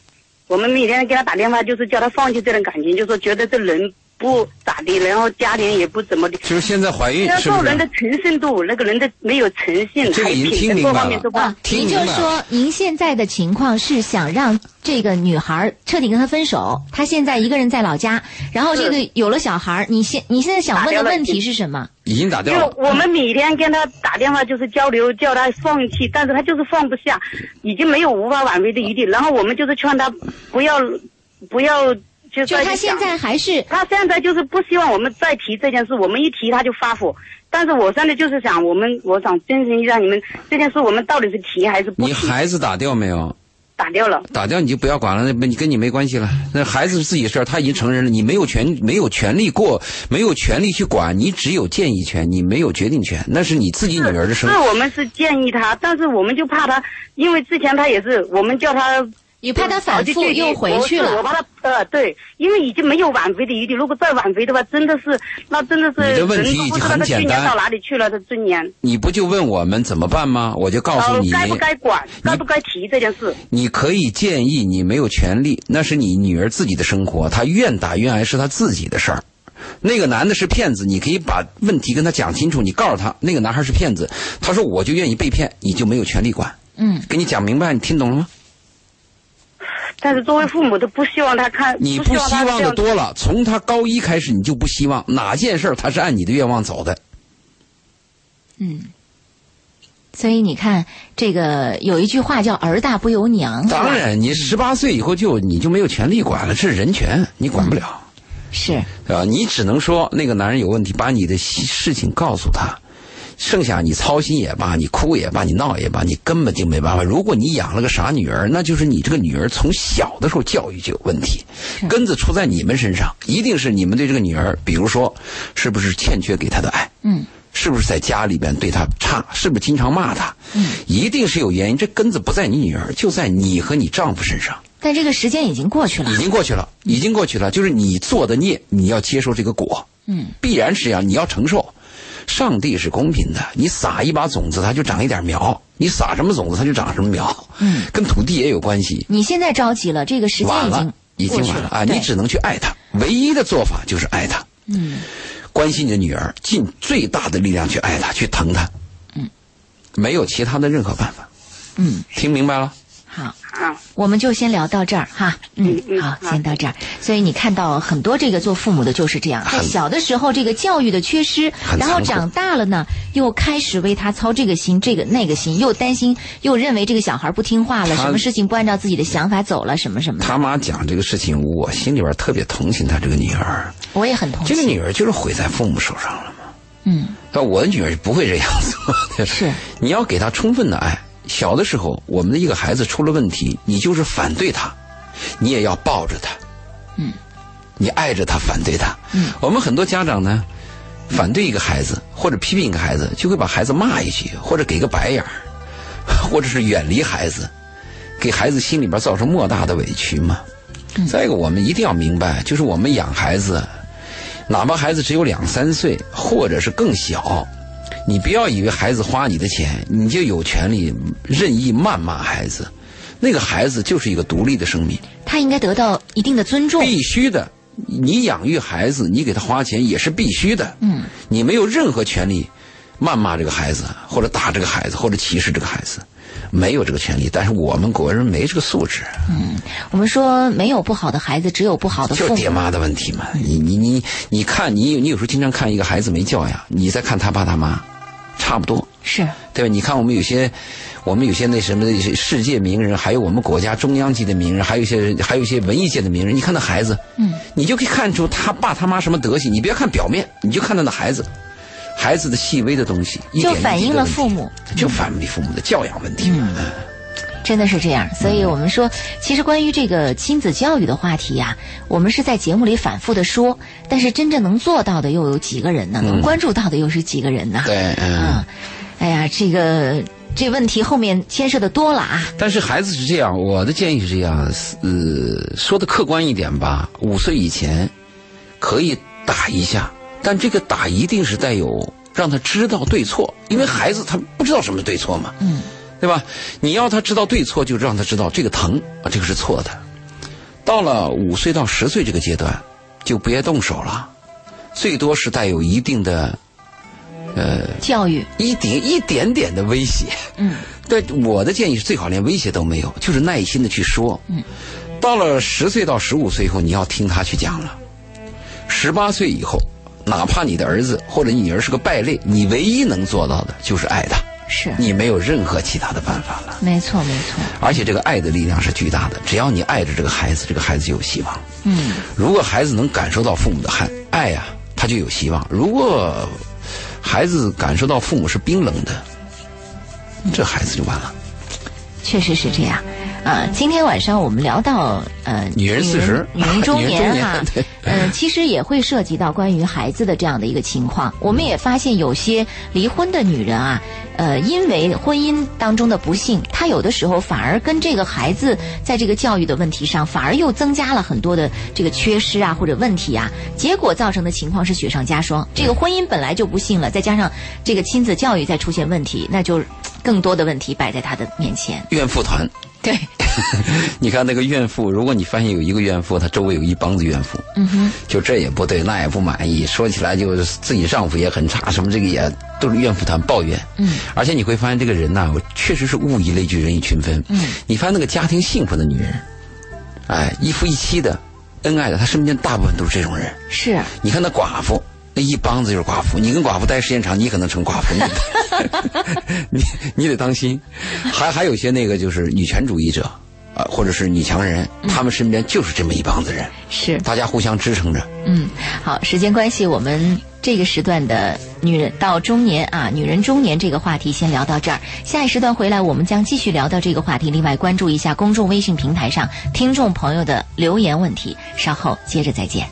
我们每天给她打电话，就是叫她放弃这段感情，就说觉得这人不咋地，然后家庭也不怎么地。
就是现在怀孕
要
是不
做人的
是？
诚信度，那个人的没有诚信，
这个
还
已经
品
听
德
明
各
白
方面
了
都不好。
听
啊您
明
就
白了
说，您现在的情况是想让这个女孩儿彻底跟他分手，她现在一个人在老家，然后这个有了小孩儿，你现你现在想问的问题是什么？
已经打
就
掉了。
我们每天跟他打电话，就是交流，叫他放弃，但是他就是放不下，已经没有无法挽回的余地。然后我们就是劝他不要，不要，
就
就再
她
去
现
想
在还是
他现在就是不希望我们再提这件事，我们一提他就发火。但是我现在就是想，我们我想征询一下你们这件事，我们到底是提还是不
你
提？
孩子打掉没有？
打掉了，
打掉你就不要管了，那不你跟你没关系了。那孩子是自己事儿，他已经成人了，你没有权没有权利过，没有权利去管，你只有建议权，你没有决定权，那是你自己女儿的
是
生活。
我们是建议他，但是我们就怕他，因为之前他也是，我们叫他
你怕她反复又回去
我
了，
把他呃对，因为已经没有挽回的余地，如果再挽回的话，真的是那真的是
你的问题已经很简单
人都不知道他去年到哪里去了？他尊严，
你不就问我们怎么办吗？我就告
然
诉
后
你，
呃该不该管，该不该提这件事？
你可以建议，你没有权利，那是你女儿自己的生活，她愿打愿挨是她自己的事儿。那个男的是骗子，你可以把问题跟他讲清楚，你告诉他那个男孩是骗子，他说我就愿意被骗，你就没有权利管。
嗯，
给你讲明白，你听懂了吗？
但是作为父母都不希望他看，
你
不
不
希
希
望他
望的
这样。
多了，从他高一开始你就不希望哪件事儿他是按你的愿望走的。
所以你看这个有一句话叫“儿大不由娘”，
当
是吧
然，你十八岁以后就你就没有权利管了，这是人权，你管不了。
是
啊，你只能说那个男人有问题，把你的西事情告诉他，剩下你操心也罢，你哭也罢，你闹也罢，你根本就没办法。如果你养了个傻女儿，那就是你这个女儿从小的时候教育就有问题，根子出在你们身上，一定是你们对这个女儿，比如说是不是欠缺给她的爱，
嗯，
是不是在家里边对她差，是不是经常骂她，嗯，一定是有原因。这根子不在你女儿，就在你和你丈夫身上。
但这个时间已经过去了
已，经过去了，已经过去了，就是你做的孽，你要接受这个果，嗯，必然是这样，你要承受。上帝是公平的，你撒一把种子，它就长一点苗；你撒什么种子，它就长什么苗。嗯，跟土地也有关系。
你现在着急了，这个时间
晚
已
了
经，
已经
过去
晚了啊！
对
你只能去爱他，唯一的做法就是爱他，嗯，关心你的女儿，尽最大的力量去爱她，去疼她，嗯，没有其他的任何办法。
嗯，
听明白了？
好。
啊，
我们就先聊到这儿哈，嗯
嗯，嗯
好，
好
先到这儿。所以你看到很多这个做父母的就是这样，在小的时候这个教育的缺失，
很
然后
残酷
长大了呢，又开始为他操这个心、这个那个心，又担心，又认为这个小孩不听话了，
他
什么事情不按照自己的想法走了，什么什么的。
他妈讲这个事情，我心里边特别同情她这个女儿，
我也很同
这个
情，
女儿就是毁在父母手上了嘛。
嗯，
但我的女儿不会这样做的。
是，
你要给她充分的爱。小的时候，我们的一个孩子出了问题，你就是反对他，你也要抱着他，嗯，你爱着他，反对他。嗯，我们很多家长呢，反对一个孩子或者批评一个孩子，就会把孩子骂一句，或者给个白眼儿， 或者是远离孩子，给孩子心里边造成莫大的委屈嘛。
嗯
再一个，我们一定要明白，就是我们养孩子，哪怕孩子只有两三岁，或者是更小，你不要以为孩子花你的钱，你就有权利任意谩骂孩子。那个孩子就是一个独立的生命，
他应该得到一定的尊重。
必须的。你养育孩子，你给他花钱也是必须的。嗯，你没有任何权利谩骂这个孩子，或者打这个孩子，或者歧视这个孩子，没有这个权利。但是我们国人没这个素质，
我们说没有不好的孩子，只有不好的
啊就是
父
爹
母。
妈的问题嘛。你你你你看，你有你有时候经常看一个孩子没教养，你再看他爸他妈，差不多。
是，
对吧？你看我们有些，我们有些那什么的世界名人，还有我们国家中央级的名人，还有一些还有一些文艺界的名人。你看那孩子，嗯，你就可以看出他爸他妈什么德行。你别看表面，你就看他那孩子，孩子的细微的东西，一点
就
一滴
反映
的
了
问题
父母，
就反映了父母的教养问题嘛。嗯
真的是这样。所以我们说，其实关于这个亲子教育的话题呀、我们是在节目里反复的说，但是真正能做到的又有几个人呢？能关注到的又是几个人呢？
对，嗯
嗯，哎呀，这个这问题后面牵涉的多了啊。
但是孩子是这样，我的建议是这样，呃，说的客观一点吧，五岁以前可以打一下，但这个打一定是带有让他知道对错，因为孩子他不知道什么对错嘛，嗯，对吧？你要他知道对错，就让他知道这个疼啊，这个是错的。到了五岁到十岁这个阶段，就别动手了，最多是带有一定的
教育，
一点一点点的威胁。嗯， 对，我的建议是最好连威胁都没有，就是耐心的去说。嗯，到了十岁到十五岁以后，你要听他去讲了。十八岁以后，哪怕你的儿子或者你女儿是个败类，你唯一能做到的就是爱他，
是
你没有任何其他的办法了。
没错没错，
而且这个爱的力量是巨大的，只要你爱着这个孩子，这个孩子就有希望。
嗯，
如果孩子能感受到父母的爱爱呀、他就有希望；如果孩子感受到父母是冰冷的，这孩子就完了。
确实是这样。啊，今天晚上我们聊到呃，
女人四十
女人中年哈
女人中年对，
呃，其实也会涉及到关于孩子的这样的一个情
嗯
况。我们也发现有些离婚的女人啊，呃，因为婚姻当中的不幸，她有的时候反而跟这个孩子在这个教育的问题上，反而又增加了很多的这个缺失啊或者问题啊，结果造成的情况是雪上加霜。这个婚姻本来就不幸了，再加上这个亲子教育再出现问题，那就更多的问题摆在她的面前。
怨妇团，
对，
你看那个怨妇，如果你发现有一个怨妇，她周围有一帮子怨妇，嗯哼，就这也不对，那也不满意，说起来就是自己丈夫也很差，什么这个也都是怨妇团抱怨，嗯，而且你会发现这个人呐、我确实是物以类聚，人以群分，嗯，你发现那个家庭幸福的女人，哎，一夫一妻的，恩爱的，她身边大部分都是这种人，
是。
你看那寡妇，那一帮子就是寡妇。你跟寡妇待时间长，你可能成寡妇， 你你你得当心。还还有些那个就是女权主义者啊、或者是女强人，他们身边就是这么一帮子人，
是，
大家互相支撑着。
嗯，好，时间关系，我们这个时段的女人到中年啊，女人中年这个话题先聊到这儿。下一时段回来，我们将继续聊到这个话题。另外，关注一下公众微信平台上听众朋友的留言问题。稍后接着再见。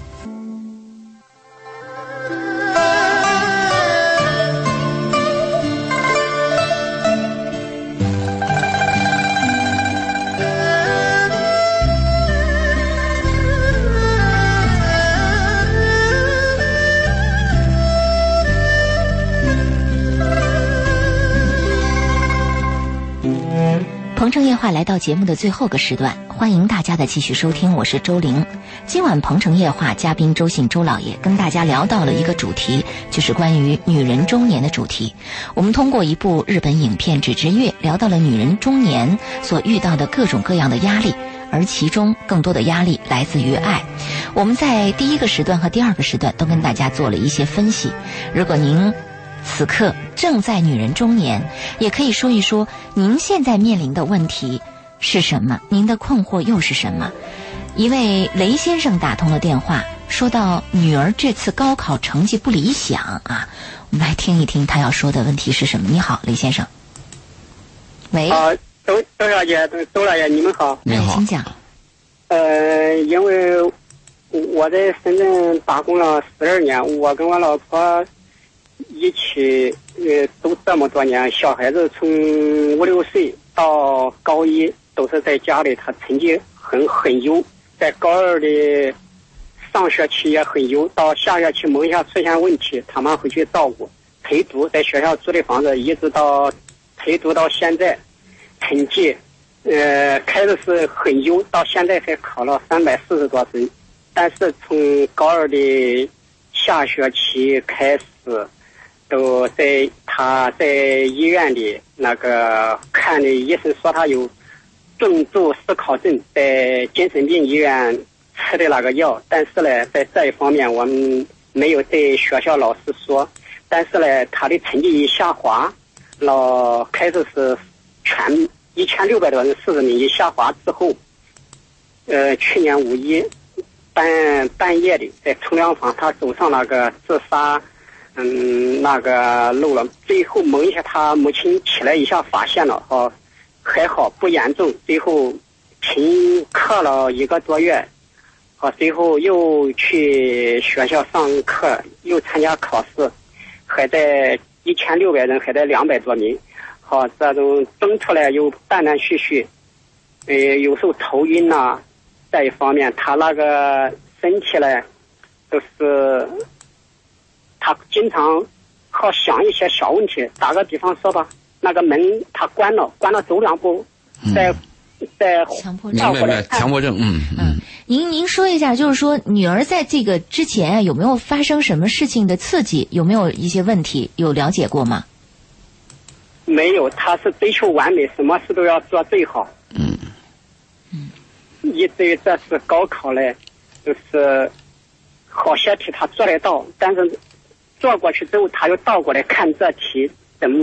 鹏城夜话来到节目的最后个时段，欢迎大家的继续收听，我是周玲。今晚鹏城夜话嘉宾周信周老爷跟大家聊到了一个主题，就是关于女人中年的主题。我们通过一部日本影片《纸之月》，聊到了女人中年所遇到的各种各样的压力。而其中更多的压力来自于爱。我们在第一个时段和第二个时段都跟大家做了一些分析。如果您此刻正在女人中年，也可以说一说您现在面临的问题是什么，您的困惑又是什么。一位雷先生打通了电话，说到女儿这次高考成绩不理想啊，我们来听一听他要说的问题是什么。你好，雷先生。喂，
好，周周小姐、周老爷，你们好。
你
哎
好
请，讲。
呃，因为我在深圳打工了十二年，我跟我老婆一起呃都这么多年，小孩子从五六岁到高一都是在家里，他成绩很很优，在高二的上学期也很优，到下学期萌一下出现问题，他妈回去照顾陪读，在学校租的房子一直到陪读到现在，成绩呃，开的是很优，到现在才考了三百四十多分，但是从高二的下学期开始，都在他他在医院里那个看的医生说他有重度思考症，在精神病医院吃的那个药，但是呢，在这一方面我们没有对学校老师说，但是呢，他的成绩一下滑，老开始是全一千六百多人四十名一下滑之后，呃，去年五一半半夜里在冲凉房，他走上那个自杀，嗯，那个路了。最后蒙一下他母亲起来一下发现了，哦，还好不严重。最后停课了一个多月，好，随后又去学校上课，又参加考试，还在一千六百人，还在两百多名。好，这种争出来又断断续续，呃，有时候头晕呐、这一方面，他那个身体呢，就是他经常好想一些小问题。打个比方说吧，那个门他关了，关了走两步，再再
强迫症
明
绕
白
过
明
来
白，
看
强迫症，嗯嗯
嗯，您您说一下，就是说女儿在这个之前啊，有没有发生什么事情的刺激？有没有一些问题？有了解过吗？
没有，他是追求完美，什么事都要做最好。
嗯
嗯。以至于这次高考嘞，就是好些题他做得到，但是做过去之后，他又倒过来看这题，怎么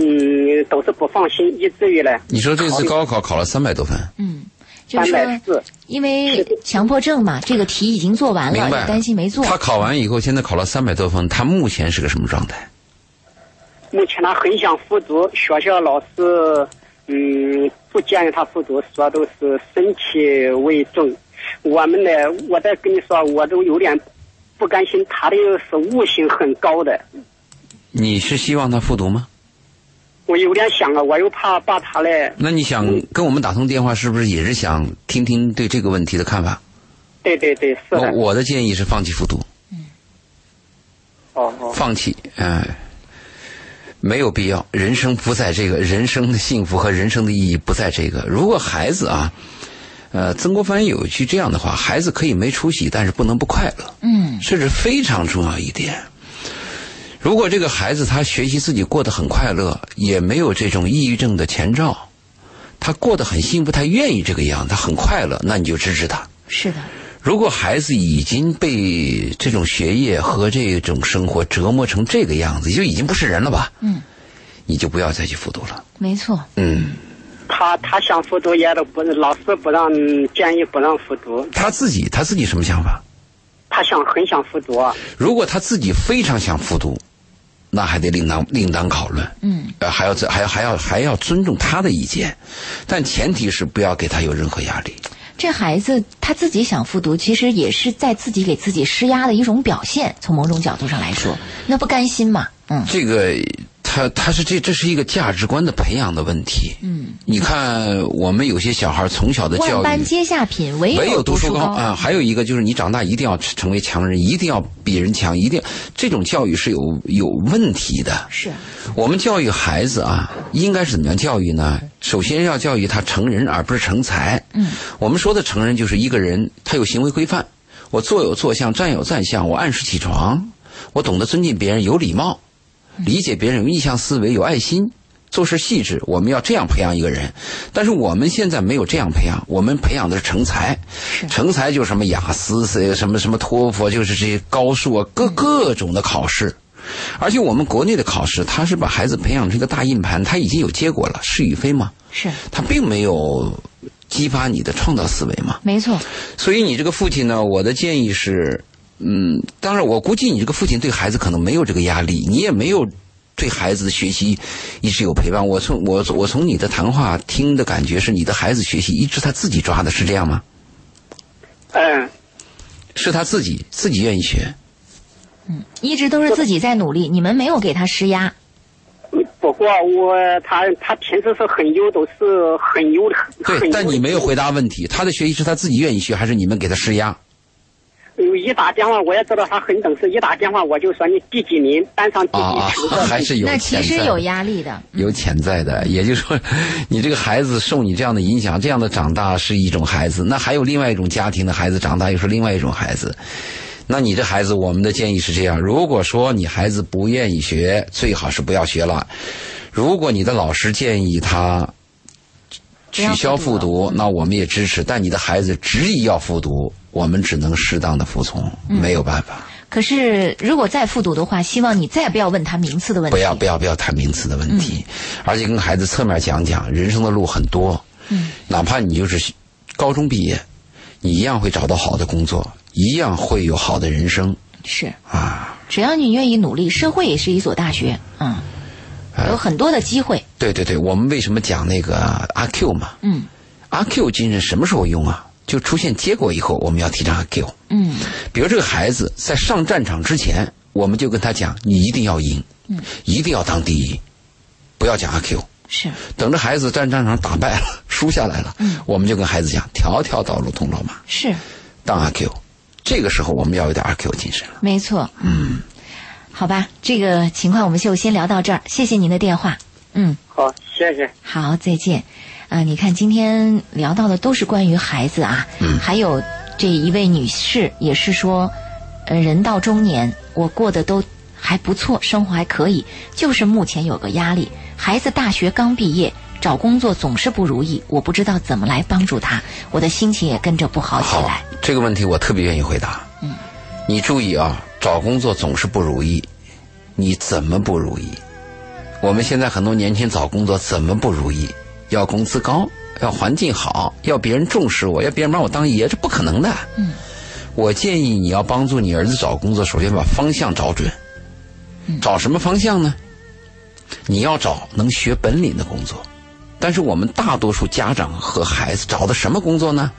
都是不放心，以至于嘞，
你说这次
考
高考考了三百多分，
嗯，就是
三百
说，
四，
因为强迫症嘛，这个题已经做完了，
明白？
也担心没做。
他考完以后，现在考了三百多分，他目前是个什么状态？
目前他很想复读，学校老师嗯不建议他复读，说都是身体为重。我们呢，我再跟你说，我都有点不甘心，他的又是悟性很高的，
你是希望他复读吗？
我有点想啊，我又怕把他嘞，
那你想
嗯
跟我们打通电话，是不是也是想听听对这个问题的看法？
对对对，是
哦我
的，
我的建议是放弃复读，
哦哦，
嗯放弃，哎，没有必要。人生不在这个，人生的幸福和人生的意义不在这个。如果孩子啊，呃，曾国藩有一句这样的话：孩子可以没出息，但是不能不快乐。
嗯
这是非常重要一点。如果这个孩子他学习自己过得很快乐，也没有这种抑郁症的前兆，他过得很幸福，他愿意这个样，他很快乐，那你就支持他。
是的，
如果孩子已经被这种学业和这种生活折磨成这个样子，就已经不是人了吧？
嗯，
你就不要再去复读了。
没错。
嗯，
他他想复读也都不，老师不让建议不让复读，
他自己他自己什么想法？
他想很想复读，啊
如果他自己非常想复读，那还得另当另当讨论。
嗯，
呃，还要尊还要还要还要尊重他的意见，但前提是不要给他有任何压力。
这孩子他自己想复读，其实也是在自己给自己施压的一种表现。从某种角度上来说，那不甘心嘛。嗯
这个他他是这这是一个价值观的培养的问题。
嗯，
你看我们有些小孩从小的
万
教育，
般皆下品，唯
唯有
读
读书
高
高啊、还有一个就是你长大一定要成为强人，一定要比人强，一定这种教育是有有问题的。
是，
我们教育孩子啊，应该是怎么样教育呢？首先要教育他成人，而不是成才。
嗯，
我们说的成人就是一个人他有行为规范，我坐有坐相，站有站相，我按时起床，我懂得尊敬别人，有礼貌，理解别人，有逆向思维，有爱心。做事细致，我们要这样培养一个人，但是我们现在没有这样培养，我们培养的是成才，成才就是什么雅思、什么什么托福，就是这些高数啊，各各种的考试。而且我们国内的考试，它是把孩子培养成一个大硬盘，它已经有结果了，是与非嘛，
是
它并没有激发你的创造思维嘛。
没错。
所以你这个父亲呢，我的建议是，嗯，当然我估计你这个父亲对孩子可能没有这个压力，你也没有对孩子的学习一直有陪伴。我从我我从你的谈话听的感觉是，你的孩子学习一直他自己抓的，是这样吗？
嗯，
是他自己自己愿意学，
一直都是自己在努力，你们没有给他施压。
不过我他他平时是很优，都是很优的，很
对，但
优
你没有
秀
回答问题，他的学习是他自己愿意学，还是你们给他施压？
有一打电话，我也知道他很懂事。一打电话我就说你第几名，班上第
啊
几
啊
成的，，
还是有
那其
潜
实
在
有
的
压力的。
有潜在的，也就是说，你这个孩子受你这样的影响，这样的长大是一种孩子，那还有另外一种家庭的孩子长大又是另外一种孩子。那你这孩子，我们的建议是这样：如果说你孩子不愿意学，最好是不要学了。如果你的老师建议他取消复读，那我们也支持。但你的孩子执意要复读，我们只能适当的服从，
嗯
没有办法。
可是如果再复读的话，希望你再不要问他名次的问题。
不要不要不要谈名次的问题，而且跟孩子侧面讲讲人生的路很多，
嗯
哪怕你就是高中毕业，你一样会找到好的工作，一样会有好的人生
是，
啊！
只要你愿意努力，社会也是一所大学，嗯，
哎
有很多的机会，
对对对，我们为什么讲那个阿 Q 嘛？
嗯
阿 Q 精神什么时候用啊？就出现结果以后，我们要提倡阿 Q。
嗯
比如这个孩子在上战场之前，我们就跟他讲，你一定要赢，
嗯
一定要当第一，不要讲阿 Q。
是，
等着孩子战战场打败了， 输下来了，我们就跟孩子讲，条条道路通罗马，
是
当阿 Q。这个时候我们要有点阿 Q 精神了。
没错，嗯，好吧，这个情况我们就先聊到这儿，谢谢您的电话，嗯。
好，谢谢。
好，再见。啊、你看今天聊到的都是关于孩子啊，还有这一位女士也是说，呃，人到中年，我过得都还不错，生活还可以，就是目前有个压力，孩子大学刚毕业。找工作总是不如意，我不知道怎么来帮助他，我的心情也跟着不好起
好啊
来。，
这个问题我特别愿意回答。嗯，你注意啊，找工作总是不如意，你怎么不如意？我们现在很多年轻找工作怎么不如意？要工资高，要环境好，要别人重视我，要别人把我当爷，这不可能的。嗯，我建议你要帮助你儿子找工作，首先把方向找准。找什么方向呢？你要找能学本领的工作。但是我们大多数家长和孩子找的什么工作呢？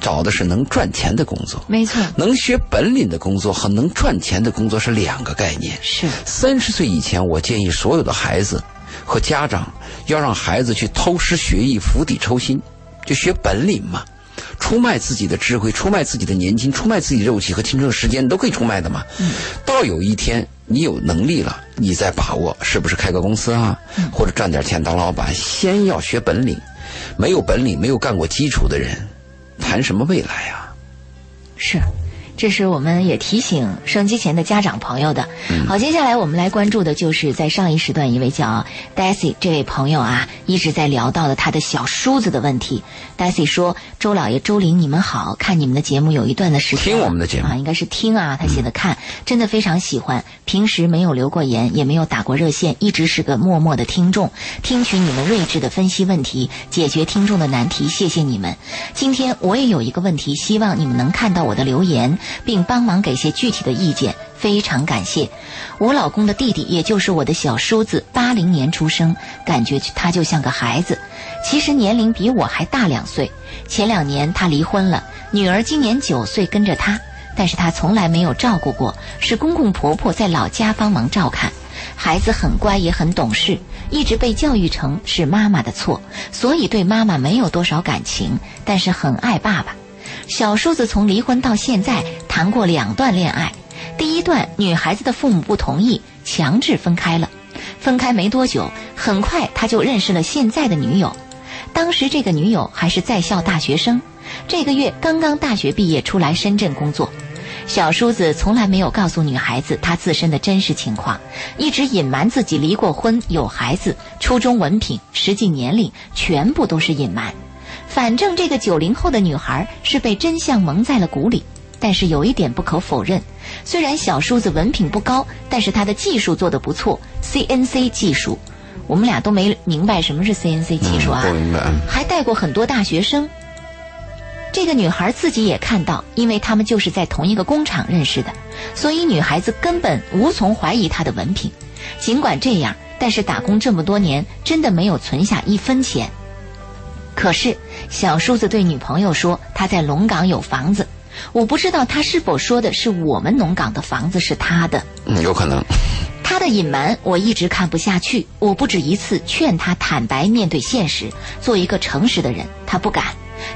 找的是能赚钱的工作。
没错，
能学本领的工作和能赚钱的工作是两个概念。
是
三十岁以前，我建议所有的孩子和家长要让孩子去偷师学艺、釜底抽薪，就学本领嘛，出卖自己的智慧，出卖自己的年轻，出卖自己肉体和青春的时间，你都可以出卖的嘛。
嗯
到有一天你有能力了，你再把握，是不是开个公司啊，
嗯
或者赚点钱当老板？先要学本领，没有本领、没有干过基础的人，谈什么未来啊？
是，这是我们也提醒收音机前的家长朋友的。
嗯
好，接下来我们来关注的就是在上一时段一位叫 Daisy 这位朋友啊，一直在聊到了他的小叔子的问题。Daisy 说：“周老爷、周玲，你们好，看你们的节目有一段的时间了，
听我们的节目
啊，应该是听啊，他写的看，真的非常喜欢。平时没有留过言，也没有打过热线，一直是个默默的听众，听取你们睿智的分析问题，解决听众的难题。谢谢你们。今天我也有一个问题，希望你们能看到我的留言，并帮忙给些具体的意见。非常感谢。我老公的弟弟，也就是我的小叔子，八零年出生，感觉他就像个孩子，其实年龄比我还大两岁。前两年他离婚了，女儿今年九岁，跟着他。但是他从来没有照顾过，是公公婆婆在老家帮忙照看。孩子很乖，也很懂事，一直被教育成是妈妈的错，所以对妈妈没有多少感情，但是很爱爸爸。小叔子从离婚到现在谈过两段恋爱，第一段女孩子的父母不同意，强制分开了。分开没多久，很快他就认识了现在的女友。当时这个女友还是在校大学生，这个月刚刚大学毕业出来深圳工作。小叔子从来没有告诉女孩子他自身的真实情况，一直隐瞒自己离过婚、有孩子、初中文凭、实际年龄，全部都是隐瞒。反正这个九零后的女孩是被真相蒙在了鼓里。但是有一点不可否认，虽然小叔子文凭不高，但是他的技术做得不错，CNC 技术。我们俩都没明白什么是 CNC 技术啊，
不明白。嗯
还带过很多大学生。这个女孩自己也看到，因为他们就是在同一个工厂认识的，所以女孩子根本无从怀疑她的文凭。尽管这样，但是打工这么多年，真的没有存下一分钱。可是小叔子对女朋友说他在龙岗有房子，我不知道他是否说的是我们龙岗的房子是他的。
嗯，有可能。
他的隐瞒我一直看不下去，我不止一次劝他坦白面对现实，做一个诚实的人，他不敢。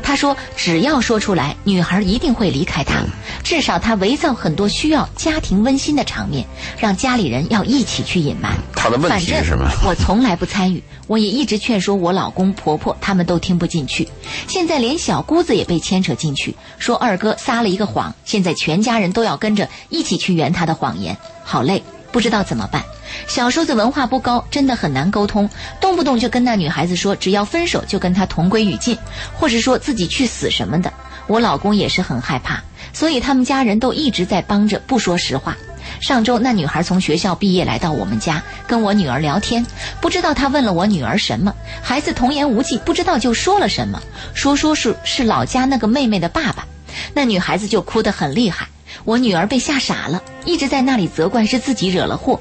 他说只要说出来，女孩一定会离开他。至少他伪造很多需要家庭温馨的场面，让家里人要一起去隐瞒。
他的问
反
题
正
是什么？
我从来不参与，我也一直劝说我老公、婆婆，他们都听不进去。现在连小姑子也被牵扯进去，说二哥撒了一个谎，现在全家人都要跟着一起去圆他的谎言，好累，不知道怎么办。小叔子文化不高，真的很难沟通，动不动就跟那女孩子说，只要分手就跟她同归于尽，或是说自己去死什么的。我老公也是很害怕，所以他们家人都一直在帮着不说实话。上周那女孩从学校毕业来到我们家，跟我女儿聊天，不知道她问了我女儿什么，孩子童言无忌，不知道就说了什么，说说是是老家那个妹妹的爸爸，那女孩子就哭得很厉害。我女儿被吓傻了，一直在那里责怪是自己惹了祸。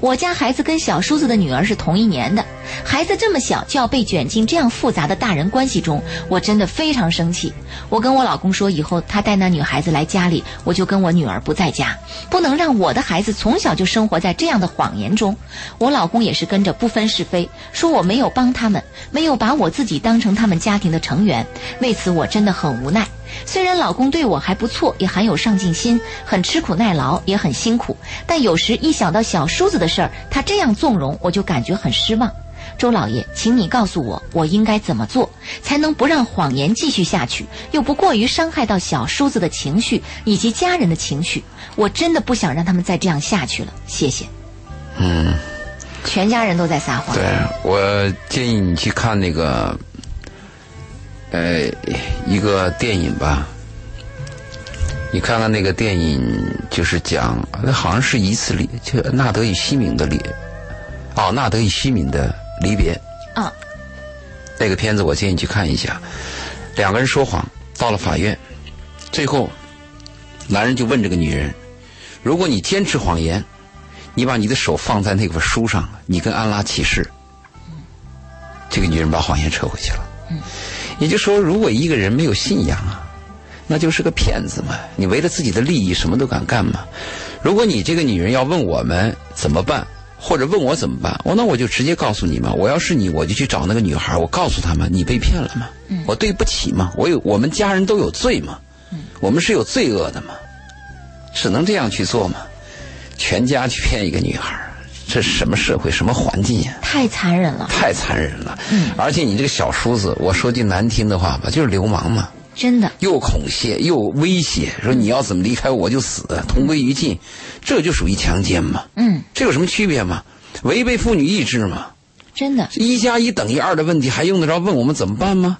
我家孩子跟小叔子的女儿是同一年的，孩子这么小就要被卷进这样复杂的大人关系中，我真的非常生气。我跟我老公说，以后他带那女孩子来家里，我就跟我女儿不在家，不能让我的孩子从小就生活在这样的谎言中。我老公也是跟着不分是非，说我没有帮他们，没有把我自己当成他们家庭的成员，为此我真的很无奈。虽然老公对我还不错，也很有上进心，很吃苦耐劳，也很辛苦，但有时一想到小叔子的事儿，他这样纵容，我就感觉很失望。周老爷，请你告诉我，我应该怎么做，才能不让谎言继续下去，又不过于伤害到小叔子的情绪以及家人的情绪？我真的不想让他们再这样下去了。谢谢。
嗯，
全家人都在撒谎
对。我建议你去看那个，呃，一个电影吧。你看看那个电影，就是讲，那好像是一次离，就纳德与西敏的离，哦，纳德与西敏的离别。
嗯，
那个片子我建议你去看一下。两个人说谎，到了法院，最后男人就问这个女人：“如果你坚持谎言，你把你的手放在那本书上，你跟安拉起誓。”这个女人把谎言撤回去了。也就是说，如果一个人没有信仰啊，那就是个骗子嘛。你为了自己的利益，什么都敢干嘛。如果你这个女人要问我们怎么办，或者问我怎么办，我那我就直接告诉你嘛。我要是你，我就去找那个女孩，我告诉她们，你被骗了嘛，我对不起嘛，我有我们家人都有罪嘛，我们是有罪恶的嘛，只能这样去做嘛。全家去骗一个女孩，这是什么社会，什么环境呀、
太残忍了，
太残忍了。而且你这个小叔子，我说句难听的话吧，就是流氓嘛，
真的。
又恐吓又威胁，说你要怎么离开我就死，同归于尽，这就属于强奸嘛。
嗯，
这有什么区别吗？违背妇女意志嘛。
真的。
一加一等于二的问题，还用得着问我们怎么办吗？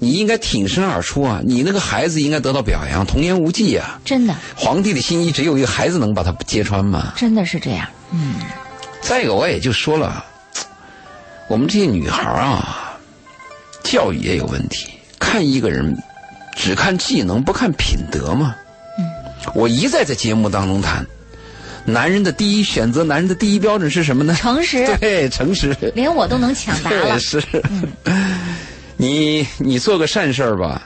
你应该挺身而出啊！你那个孩子应该得到表扬，童言无忌啊！
真的，
皇帝的心意只有一个孩子能把它揭穿吗？
真的是这样。
再一个，我也就说了，我们这些女孩儿啊，教育也有问题。看一个人，只看技能不看品德嘛。嗯，我一再在节目当中谈，男人的第一选择，男人的第一标准是什么呢？
诚实，
对，诚实。
连我都能抢答了嗯
对，。是。 你你做个善事儿吧，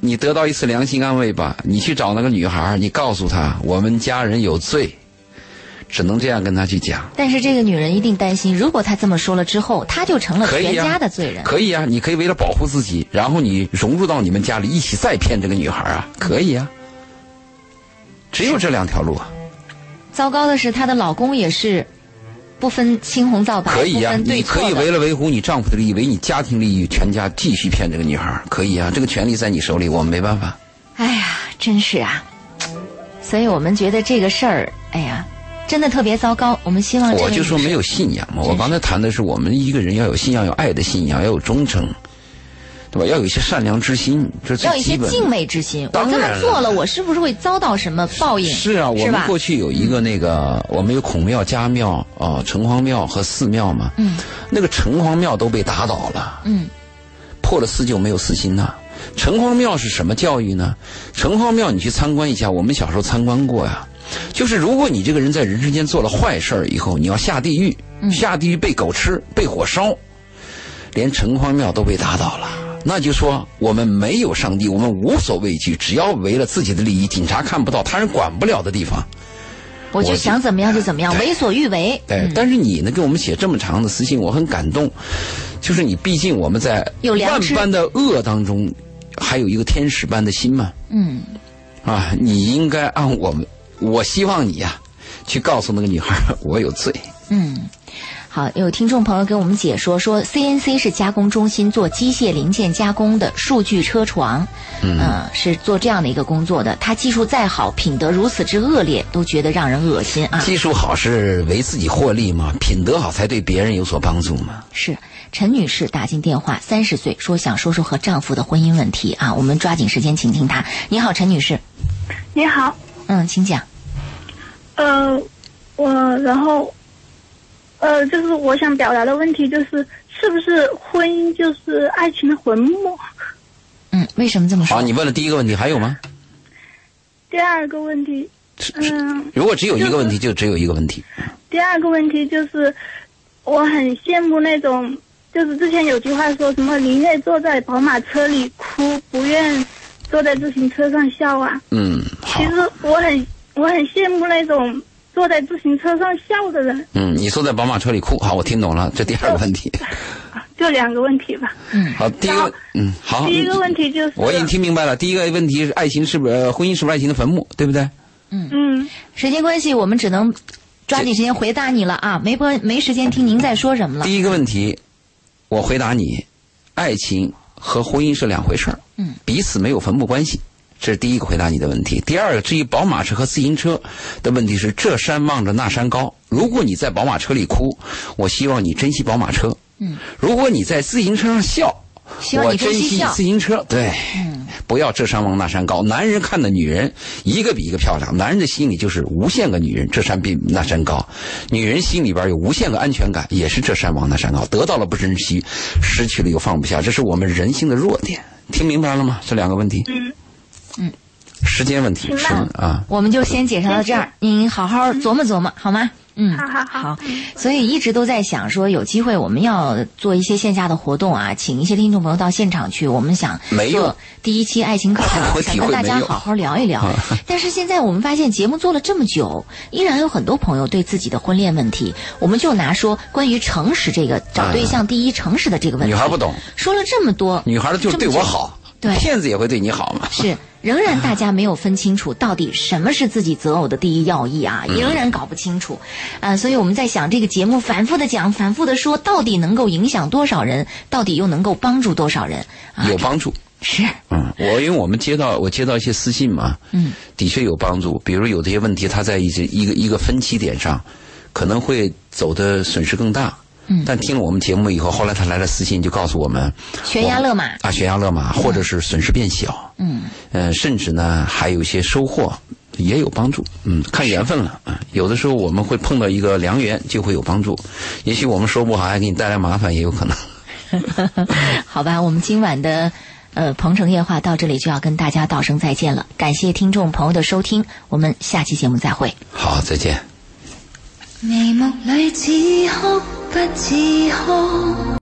你得到一次良心安慰吧，你去找那个女孩儿，你告诉她我们家人有罪，只能这样跟她去讲。
但是这个女人一定担心，如果她这么说了之后，她就成了
可以
全
呀，
家的罪人。
可以啊，你可以为了保护自己，然后你融入到你们家里一起再骗这个女孩啊，
嗯
可以啊。只有这两条路啊，
糟糕的是，她的老公也是不分青红皂白，
可以
不
呀、
分对
你
错
可以
的
为了维护你丈夫的利益，为你家庭利益，全家继续骗这个女孩，可以啊，这个权利在你手里，我们没办法。
哎呀，真是啊！所以我们觉得这个事儿，哎呀，真的特别糟糕。我们希望这
我
个嗯
就
女
说
士
没有信仰嘛，我刚才谈的是我们一个人要有信仰，有爱的信仰，要有忠诚，对吧？要有一些善良之心，这是
要有
最
一些
基本的。
敬畏之心。我
当
这
然了
么做了，我是不是会遭到什么报应？
是啊，我
是
们
吧？嗯
过去有一个那个，我们有孔庙、家庙、呃城隍庙和寺庙嘛。嗯。那个城隍庙都被打倒了。
嗯。
破了四旧没有四新呐、城隍庙是什么教育呢？城隍庙你去参观一下，我们小时候参观过呀、就是如果你这个人在人世间做了坏事儿以后，你要下地狱，
嗯
下地狱被狗吃、被火烧，连城隍庙都被打倒了。那就说我们没有上帝，我们无所畏惧，只要为了自己的利益，警察看不到，他人管不了的地方。哎
我就
我
想怎么样就怎么样，
对
为所欲为。
对，但是你呢，给我们写这么长的私信，我很感动。就是你，毕竟我们在
有良
万
知
般的恶当中，还有一个天使般的心嘛，
嗯
啊，你应该按我们，我希望你呀、去告诉那个女孩儿我有罪。
嗯。好，有听众朋友给我们解说说，CNC 是加工中心做机械零件加工的数据车床，嗯、是做这样的一个工作的。他技术再好，品德如此之恶劣，都觉得让人恶心 啊。
技术好是为自己获利嘛，品德好才对别人有所帮助嘛。
是陈女士打进电话，三十岁，说想说说和丈夫的婚姻问题啊。我们抓紧时间，请听她。你好，陈女士，
你好，
嗯，请讲。
呃，我然后，呃，就是我想表达的问题就是，是不是婚姻就是爱情的魂木？
嗯，为什么这么说？
好，啊你问了第一个问题，还有吗？
第二个问题，
是是，
嗯，
如果只有一个问题，就只有一个问题。
第二个问题就是，我很羡慕那种，就是之前有句话说什么宁愿坐在宝马车里哭，不愿坐在自行车上笑啊。
嗯，好
其，实我很我很羡慕那种坐在自行车上笑的人。
嗯，你坐在宝马车里哭，好，我听懂了，这第二个问 题。
就两个问题吧。
好，第一个，嗯，好，
第一个问题就是，
我已经听明白了。第一个问题是爱情是不是、呃、婚姻是不是爱情的坟墓，对不对？
嗯，
时间关系，我们只能抓紧时间回答你了啊，没播没时间听您在说什么了。
第一个问题，我回答你，爱情和婚姻是两回事儿，
嗯，
彼此没有坟墓关系。这是第一个回答你的问题。第二个，至于宝马车和自行车的问题是，这山望着那山高。如果你在宝马车里哭，我希望你珍惜宝马车；
嗯，
如果你在自行车上笑，
希望
我
你珍
珍
惜
惜
笑
自行车。对，不要这山望那山高。男人看的女人一个比一个漂亮，男人的心里就是无限个女人，这山比那山高；女人心里边有无限个安全感，也是这山望那山高。得到了不珍惜，失去了又放不下，这是我们人性的弱点。听明白了吗？这两个问题。嗯
嗯。
时间问题
明
是
白了
啊，
我们就先解释到这儿，您好好琢磨琢磨好吗？嗯，
好好好
所以一直都在想说，有机会我们要做一些线下的活动啊，请一些听众朋友到现场去。我们想
没用
做第一期爱情课 堂，
我
想
体会
跟大
没
家
用
好好聊一 聊。但是现在我们发现节目做了这么久，依然有很多朋友对自己的婚恋问题，我们就拿说关于诚实这个找对象第一诚实的这个问题，
哎女孩不懂，
说了这么多，
女孩就是
这
对
么
我
久
好，
对
骗子也会对你好嘛。
是，仍然大家没有分清楚到底什么是自己择偶的第一要义啊，仍然搞不清楚，啊、所以我们在想这个节目反复的讲，反复的说，到底能够影响多少人，到底又能够帮助多少人啊？
有帮助。
是，
嗯，我因为我们接到我接到一些私信嘛，
嗯，
的确有帮助。比如有这些问题，他在一些一个一个分歧点上，可能会走的损失更大。
嗯
但听了我们节目以后，后来他来了私信，就告诉我们
悬崖勒马，
啊，悬崖勒马，或者是损失变小，
嗯，
嗯，甚至呢还有一些收获，也有帮助。嗯，看缘分了啊。有的时候我们会碰到一个良缘，就会有帮助。也许我们说不好，还给你带来麻烦，也有可能。
好吧，我们今晚的呃《鹏城夜话》到这里就要跟大家道声再见了，感谢听众朋友的收听，我们下期节目再会。
好，再见。
眉目里似哭不似哭。